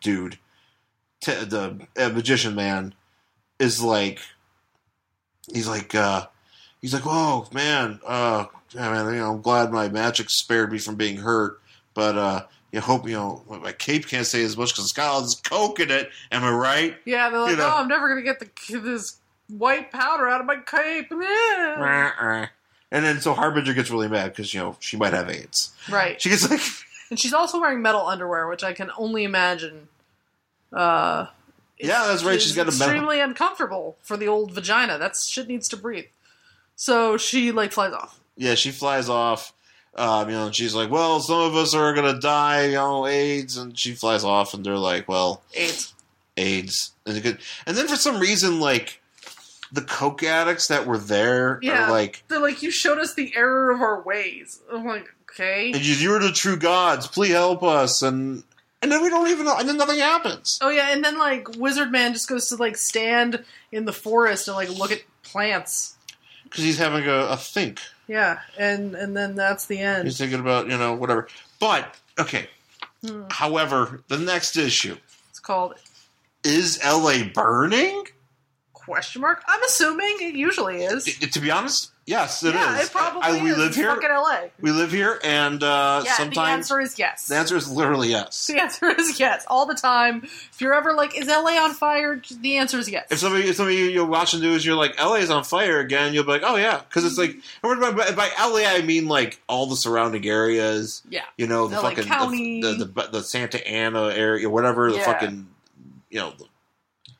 [SPEAKER 2] dude t- the uh, magician man is like he's like uh he's like oh man uh yeah, man you know I'm glad my magic spared me from being hurt but uh you hope you know my cape can't say as much because it's got all this coke in it am I right
[SPEAKER 1] yeah, they're like,
[SPEAKER 2] you know.
[SPEAKER 1] oh, I'm never gonna get the this white powder out of my cape. (laughs) Oh.
[SPEAKER 2] and then so Harbinger gets really mad because you know she might have AIDS
[SPEAKER 1] right.
[SPEAKER 2] she gets like (laughs)
[SPEAKER 1] And she's also wearing metal underwear, which I can only imagine. Uh,
[SPEAKER 2] Yeah, that's right,
[SPEAKER 1] is
[SPEAKER 2] she's got a metal-
[SPEAKER 1] extremely uncomfortable for the old vagina. That shit needs to breathe. So she like flies off.
[SPEAKER 2] yeah, she flies off. Um, you know, and she's like, well, some of us are gonna die, you know, AIDS, and she flies off, and they're like, well,
[SPEAKER 1] AIDS.
[SPEAKER 2] AIDS, and, it could- and then for some reason, like the coke addicts that were there
[SPEAKER 1] Yeah.
[SPEAKER 2] are like,
[SPEAKER 1] They're like, you showed us the error of our ways. I'm like, okay.
[SPEAKER 2] "And you- you're the true gods, please help us, and and then we don't even know, and then nothing happens.
[SPEAKER 1] Oh yeah, and then like Wizard Man just goes to like stand in the forest and like look at plants.
[SPEAKER 2] Because he's having a, a think.
[SPEAKER 1] Yeah, and and then that's the
[SPEAKER 2] He's
[SPEAKER 1] end.
[SPEAKER 2] thinking about, you know, whatever. But, okay.
[SPEAKER 1] Hmm.
[SPEAKER 2] However, the next issue
[SPEAKER 1] It's called
[SPEAKER 2] is LA burning?
[SPEAKER 1] question mark. I'm assuming it usually is.
[SPEAKER 2] T- to be honest, yes, it is.
[SPEAKER 1] yeah, it probably
[SPEAKER 2] I- we
[SPEAKER 1] is.
[SPEAKER 2] live
[SPEAKER 1] It's
[SPEAKER 2] here.
[SPEAKER 1] Fucking LA.
[SPEAKER 2] We live here, and uh,
[SPEAKER 1] Yeah, the
[SPEAKER 2] sometimes
[SPEAKER 1] answer is yes.
[SPEAKER 2] the answer is literally
[SPEAKER 1] (laughs)
[SPEAKER 2] yes.
[SPEAKER 1] The answer is yes, all the time. If you're ever like, is LA on fire? The answer is yes.
[SPEAKER 2] If somebody, if somebody, you're watching news, you're like, LA's on fire again. You'll be like, oh yeah, because it's like, and what by, by LA, I mean like all the surrounding areas.
[SPEAKER 1] Yeah.
[SPEAKER 2] You know, the
[SPEAKER 1] LA
[SPEAKER 2] fucking
[SPEAKER 1] County.
[SPEAKER 2] The, the, the the Santa Ana area, whatever the
[SPEAKER 1] Yeah.
[SPEAKER 2] fucking, you know, the,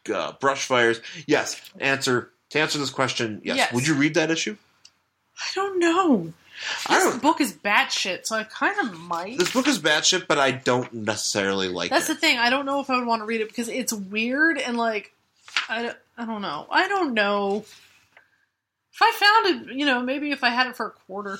[SPEAKER 2] uh, brush fires. Yes, answer to answer this question. Yes.
[SPEAKER 1] Yes.
[SPEAKER 2] Would you read that issue?
[SPEAKER 1] I don't know.
[SPEAKER 2] I
[SPEAKER 1] This
[SPEAKER 2] don't.
[SPEAKER 1] book is batshit, so I kind of might.
[SPEAKER 2] This book is batshit, but I don't necessarily like
[SPEAKER 1] That's
[SPEAKER 2] it.
[SPEAKER 1] the thing. I don't know if I would want to read it because it's weird and like, I don't, I don't know. I don't know. If I found it, you know, maybe if I had it for a quarter.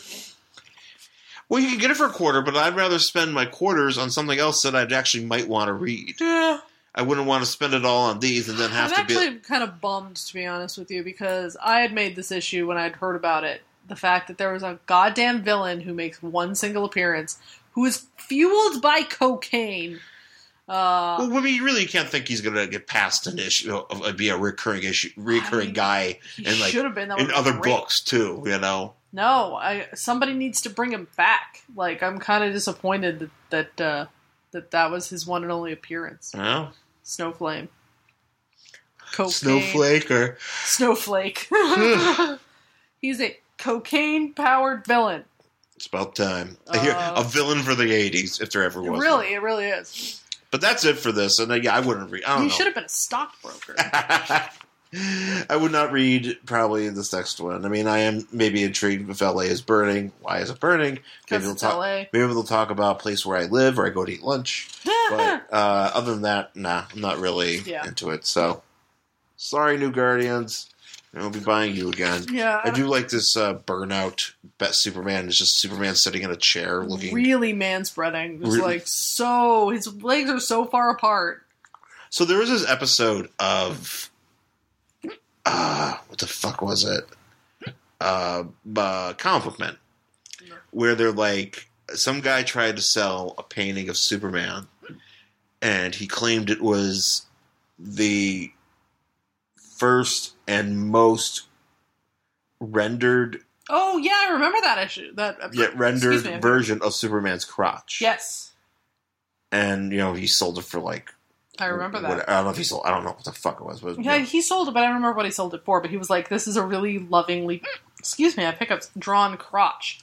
[SPEAKER 2] Well, you can get it for a quarter, but I'd rather spend my quarters on something else that I actually might want to read.
[SPEAKER 1] Yeah.
[SPEAKER 2] I wouldn't want to spend it all on these and then have
[SPEAKER 1] I'm
[SPEAKER 2] to be.
[SPEAKER 1] actually kind of bummed, to be honest with you, because I had made this issue when I'd heard about it. The fact that there was a goddamn villain who makes one single appearance, who is fueled by cocaine. Uh,
[SPEAKER 2] Well, I mean, you really can't think he's going to get past an issue, uh, be a recurring issue, recurring
[SPEAKER 1] mean,
[SPEAKER 2] guy
[SPEAKER 1] he
[SPEAKER 2] and, like,
[SPEAKER 1] should have been that
[SPEAKER 2] in
[SPEAKER 1] would've
[SPEAKER 2] other
[SPEAKER 1] been great.
[SPEAKER 2] books too. You know,
[SPEAKER 1] No, I somebody needs to bring him back. Like I'm kind of disappointed that that uh, that that was his one and only appearance.
[SPEAKER 2] well,
[SPEAKER 1] Snowflame. Cocaine.
[SPEAKER 2] Snowflake or (laughs)
[SPEAKER 1] Snowflake. (laughs) He's a cocaine powered villain.
[SPEAKER 2] it's about time. I hear
[SPEAKER 1] Uh,
[SPEAKER 2] a villain for the '80s, if there ever was. one.
[SPEAKER 1] really, it really is.
[SPEAKER 2] but that's it for this. And uh, yeah, I wouldn't read. I don't
[SPEAKER 1] He
[SPEAKER 2] know.
[SPEAKER 1] should have been a
[SPEAKER 2] (laughs)
[SPEAKER 1] stockbroker.
[SPEAKER 2] I would not read probably this next one. I mean, I am maybe intrigued if LA is burning. Why is it burning? Maybe
[SPEAKER 1] Because
[SPEAKER 2] they'll
[SPEAKER 1] it's
[SPEAKER 2] talk.
[SPEAKER 1] LA.
[SPEAKER 2] Maybe they'll talk about a place where I live or I go to
[SPEAKER 1] (laughs)
[SPEAKER 2] eat lunch. But uh, other than that, nah, I'm not really
[SPEAKER 1] Yeah.
[SPEAKER 2] into it. So sorry, New Guardians. I won't be buying you again.
[SPEAKER 1] yeah,
[SPEAKER 2] I do like this uh, burnout. Bet Superman is just Superman sitting in a chair looking.
[SPEAKER 1] really man spreading. It's
[SPEAKER 2] Re-
[SPEAKER 1] like so his legs are so far apart.
[SPEAKER 2] So there was this episode of uh what the fuck was it? Uh, uh comic book men.
[SPEAKER 1] No.
[SPEAKER 2] Where they're like some guy tried to sell a painting of Superman and he claimed it was the first and most rendered
[SPEAKER 1] Oh yeah, I remember that issue. That uh,
[SPEAKER 2] yet
[SPEAKER 1] Excuse
[SPEAKER 2] rendered
[SPEAKER 1] me, I-
[SPEAKER 2] version of Superman's crotch.
[SPEAKER 1] Yes,
[SPEAKER 2] And you know, he sold it for like
[SPEAKER 1] I remember that.
[SPEAKER 2] what- I don't know if he sold I don't know what the fuck it was, but it was-
[SPEAKER 1] Yeah, he sold it, but I don't remember what he sold it for. But he was like, "This is a really lovingly, (clears throat) excuse me, I pick up drawn crotch.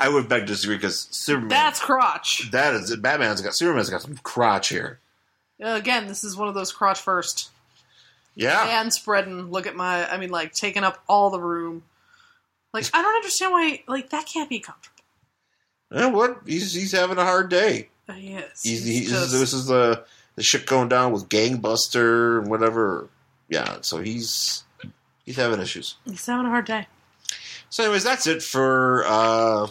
[SPEAKER 2] I would beg to disagree because Superman.
[SPEAKER 1] That's crotch.
[SPEAKER 2] that is Batman's got Superman's got some crotch here.
[SPEAKER 1] Again, this is one of those crotch first
[SPEAKER 2] Yeah,
[SPEAKER 1] and spreading. Look at my, I mean, like taking up all the room. Like I don't understand why. Like that can't be comfortable.
[SPEAKER 2] You know what he's he's having a hard day.
[SPEAKER 1] He is.
[SPEAKER 2] He's,
[SPEAKER 1] Uh, He's
[SPEAKER 2] he's,
[SPEAKER 1] just-
[SPEAKER 2] this is the the shit going down with Gangbuster and whatever. Yeah, so he's he's having issues.
[SPEAKER 1] he's having a hard day.
[SPEAKER 2] So, anyways, that's it for uh,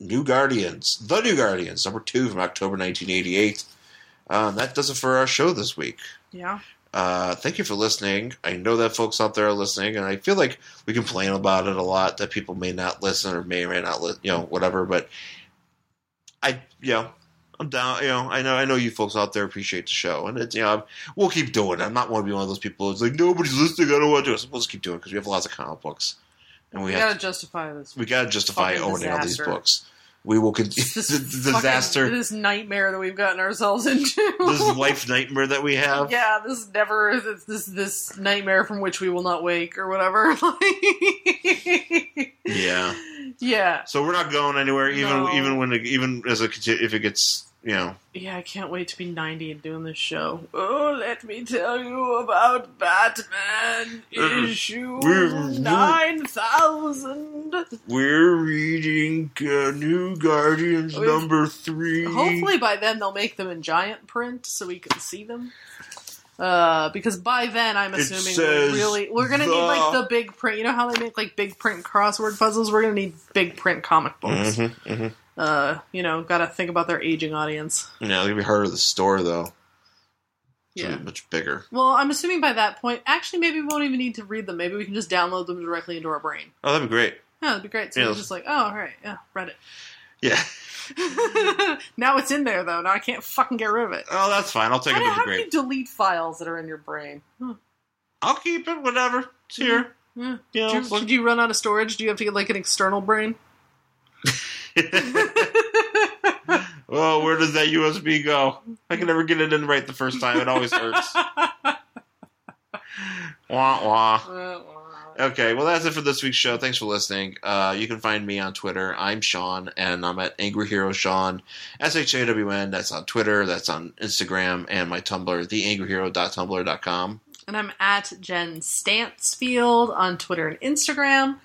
[SPEAKER 2] New Guardians, the New Guardians, number two from October 1988. Um, that does it for our show this week.
[SPEAKER 1] Yeah.
[SPEAKER 2] Uh, thank you for listening. I know that folks out there are listening, and I feel like we complain about it a lot that people may not listen or may or may not listen, you know, whatever. But I, you know, I'm down. You know, I know, I know you folks out there appreciate the show, and it's you know, I'm- we'll keep doing. it. I'm not want to be one of those people who's like nobody's listening. I don't want to do it. We'll just keep doing because we have lots of comic books, and we,
[SPEAKER 1] We,
[SPEAKER 2] have
[SPEAKER 1] gotta justify
[SPEAKER 2] (laughs)
[SPEAKER 1] this.
[SPEAKER 2] we gotta justify
[SPEAKER 1] fucking
[SPEAKER 2] owning all these
[SPEAKER 1] disaster.
[SPEAKER 2] books. We will (laughs) continue
[SPEAKER 1] This
[SPEAKER 2] the the
[SPEAKER 1] fucking-
[SPEAKER 2] disaster,
[SPEAKER 1] This nightmare that we've gotten ourselves into.
[SPEAKER 2] this
[SPEAKER 1] (laughs)
[SPEAKER 2] life nightmare that we have.
[SPEAKER 1] yeah, this never this this this nightmare from which we will not wake or whatever. (laughs)
[SPEAKER 2] yeah.
[SPEAKER 1] yeah,
[SPEAKER 2] So we're not going anywhere, even
[SPEAKER 1] No.
[SPEAKER 2] even when it, even as a conti- if it gets you know
[SPEAKER 1] yeah, I can't wait to be ninety and doing this show. Oh, let me tell you about Batman
[SPEAKER 2] Mm-mm.
[SPEAKER 1] issue
[SPEAKER 2] We're-
[SPEAKER 1] nine thousand.
[SPEAKER 2] we're reading uh, New Guardians
[SPEAKER 1] We've-
[SPEAKER 2] number three.
[SPEAKER 1] Hopefully, by then they'll make them in giant print so we can see them. Uh, because by then I'm
[SPEAKER 2] It
[SPEAKER 1] assuming
[SPEAKER 2] says
[SPEAKER 1] we're really we're gonna need
[SPEAKER 2] the-
[SPEAKER 1] like the big print. You know how they make like big print crossword puzzles? We're gonna need big print comic books.
[SPEAKER 2] Mhm, mhm.
[SPEAKER 1] uh, you know, got to think about their aging audience.
[SPEAKER 2] Yeah, it's gonna be harder to the store though. It's gonna
[SPEAKER 1] Yeah.
[SPEAKER 2] be much bigger.
[SPEAKER 1] Well, I'm assuming by that point, actually, maybe we won't even need to read them. Maybe we can just download them directly into our brain.
[SPEAKER 2] Oh, that'd be great.
[SPEAKER 1] Yeah, that'd be great. So
[SPEAKER 2] Yeah.
[SPEAKER 1] we're just like, oh, all right, yeah, read
[SPEAKER 2] Yeah. (laughs)
[SPEAKER 1] it. (laughs) now it's in there though. Now I can't fucking get rid of it.
[SPEAKER 2] Oh, that's fine. I'll take
[SPEAKER 1] How,
[SPEAKER 2] it.
[SPEAKER 1] do,
[SPEAKER 2] It'd
[SPEAKER 1] how
[SPEAKER 2] be
[SPEAKER 1] do you
[SPEAKER 2] great.
[SPEAKER 1] delete files that are in your brain? Hmm.
[SPEAKER 2] I'll keep it. Whatever. It's here.
[SPEAKER 1] Yeah.
[SPEAKER 2] You know,
[SPEAKER 1] Do,
[SPEAKER 2] it's like-
[SPEAKER 1] you, do you run out of storage? Do you have to get like an external
[SPEAKER 2] (laughs)
[SPEAKER 1] brain? (laughs)
[SPEAKER 2] oh, where does that USB go? I can never get it in right the first time. It
[SPEAKER 1] (laughs)
[SPEAKER 2] always hurts. wah wah. Okay, well, that's it for this week's show. Thanks for listening. Uh, you can find me on Twitter. I'm Sean, and I'm at Angry Hero Sean, S H A W N. That's on Twitter, that's on Instagram, and my Tumblr, theangryhero.tumblr.com.
[SPEAKER 1] And I'm at Jen Stansfield on Twitter and Instagram,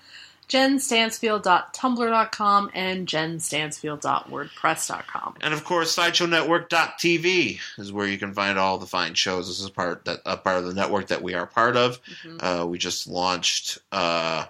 [SPEAKER 1] jenstansfield.tumblr.com, and jenstansfield.wordpress.com.
[SPEAKER 2] And of course, SideshowNetwork.tv is where you can find all the fine shows. This is part that a part of the network that we are part of.
[SPEAKER 1] Mhm.
[SPEAKER 2] Uh, we just launched uh,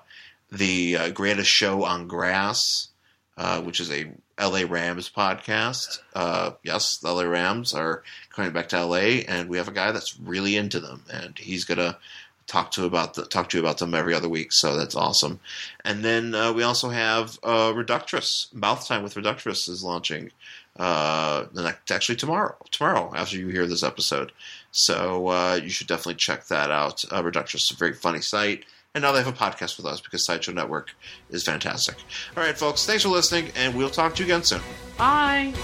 [SPEAKER 2] the uh, greatest show on grass, uh, which is a LA Rams podcast. Uh, yes, the LA Rams are coming back to LA, and we have a guy that's really into them, and he's gonna talk to about the, talk to you about them every other week. So that's awesome. And then uh, we also have uh, Reductress. Mouth Time with Reductress is launching. uh, the next, actually tomorrow, tomorrow after you hear this episode. So uh, you should definitely check that out. Uh, Reductionist is a very funny site. And now they have a podcast with us because Sideshow Network is fantastic. All right, folks, thanks for listening, and we'll talk to you again soon.
[SPEAKER 1] Bye.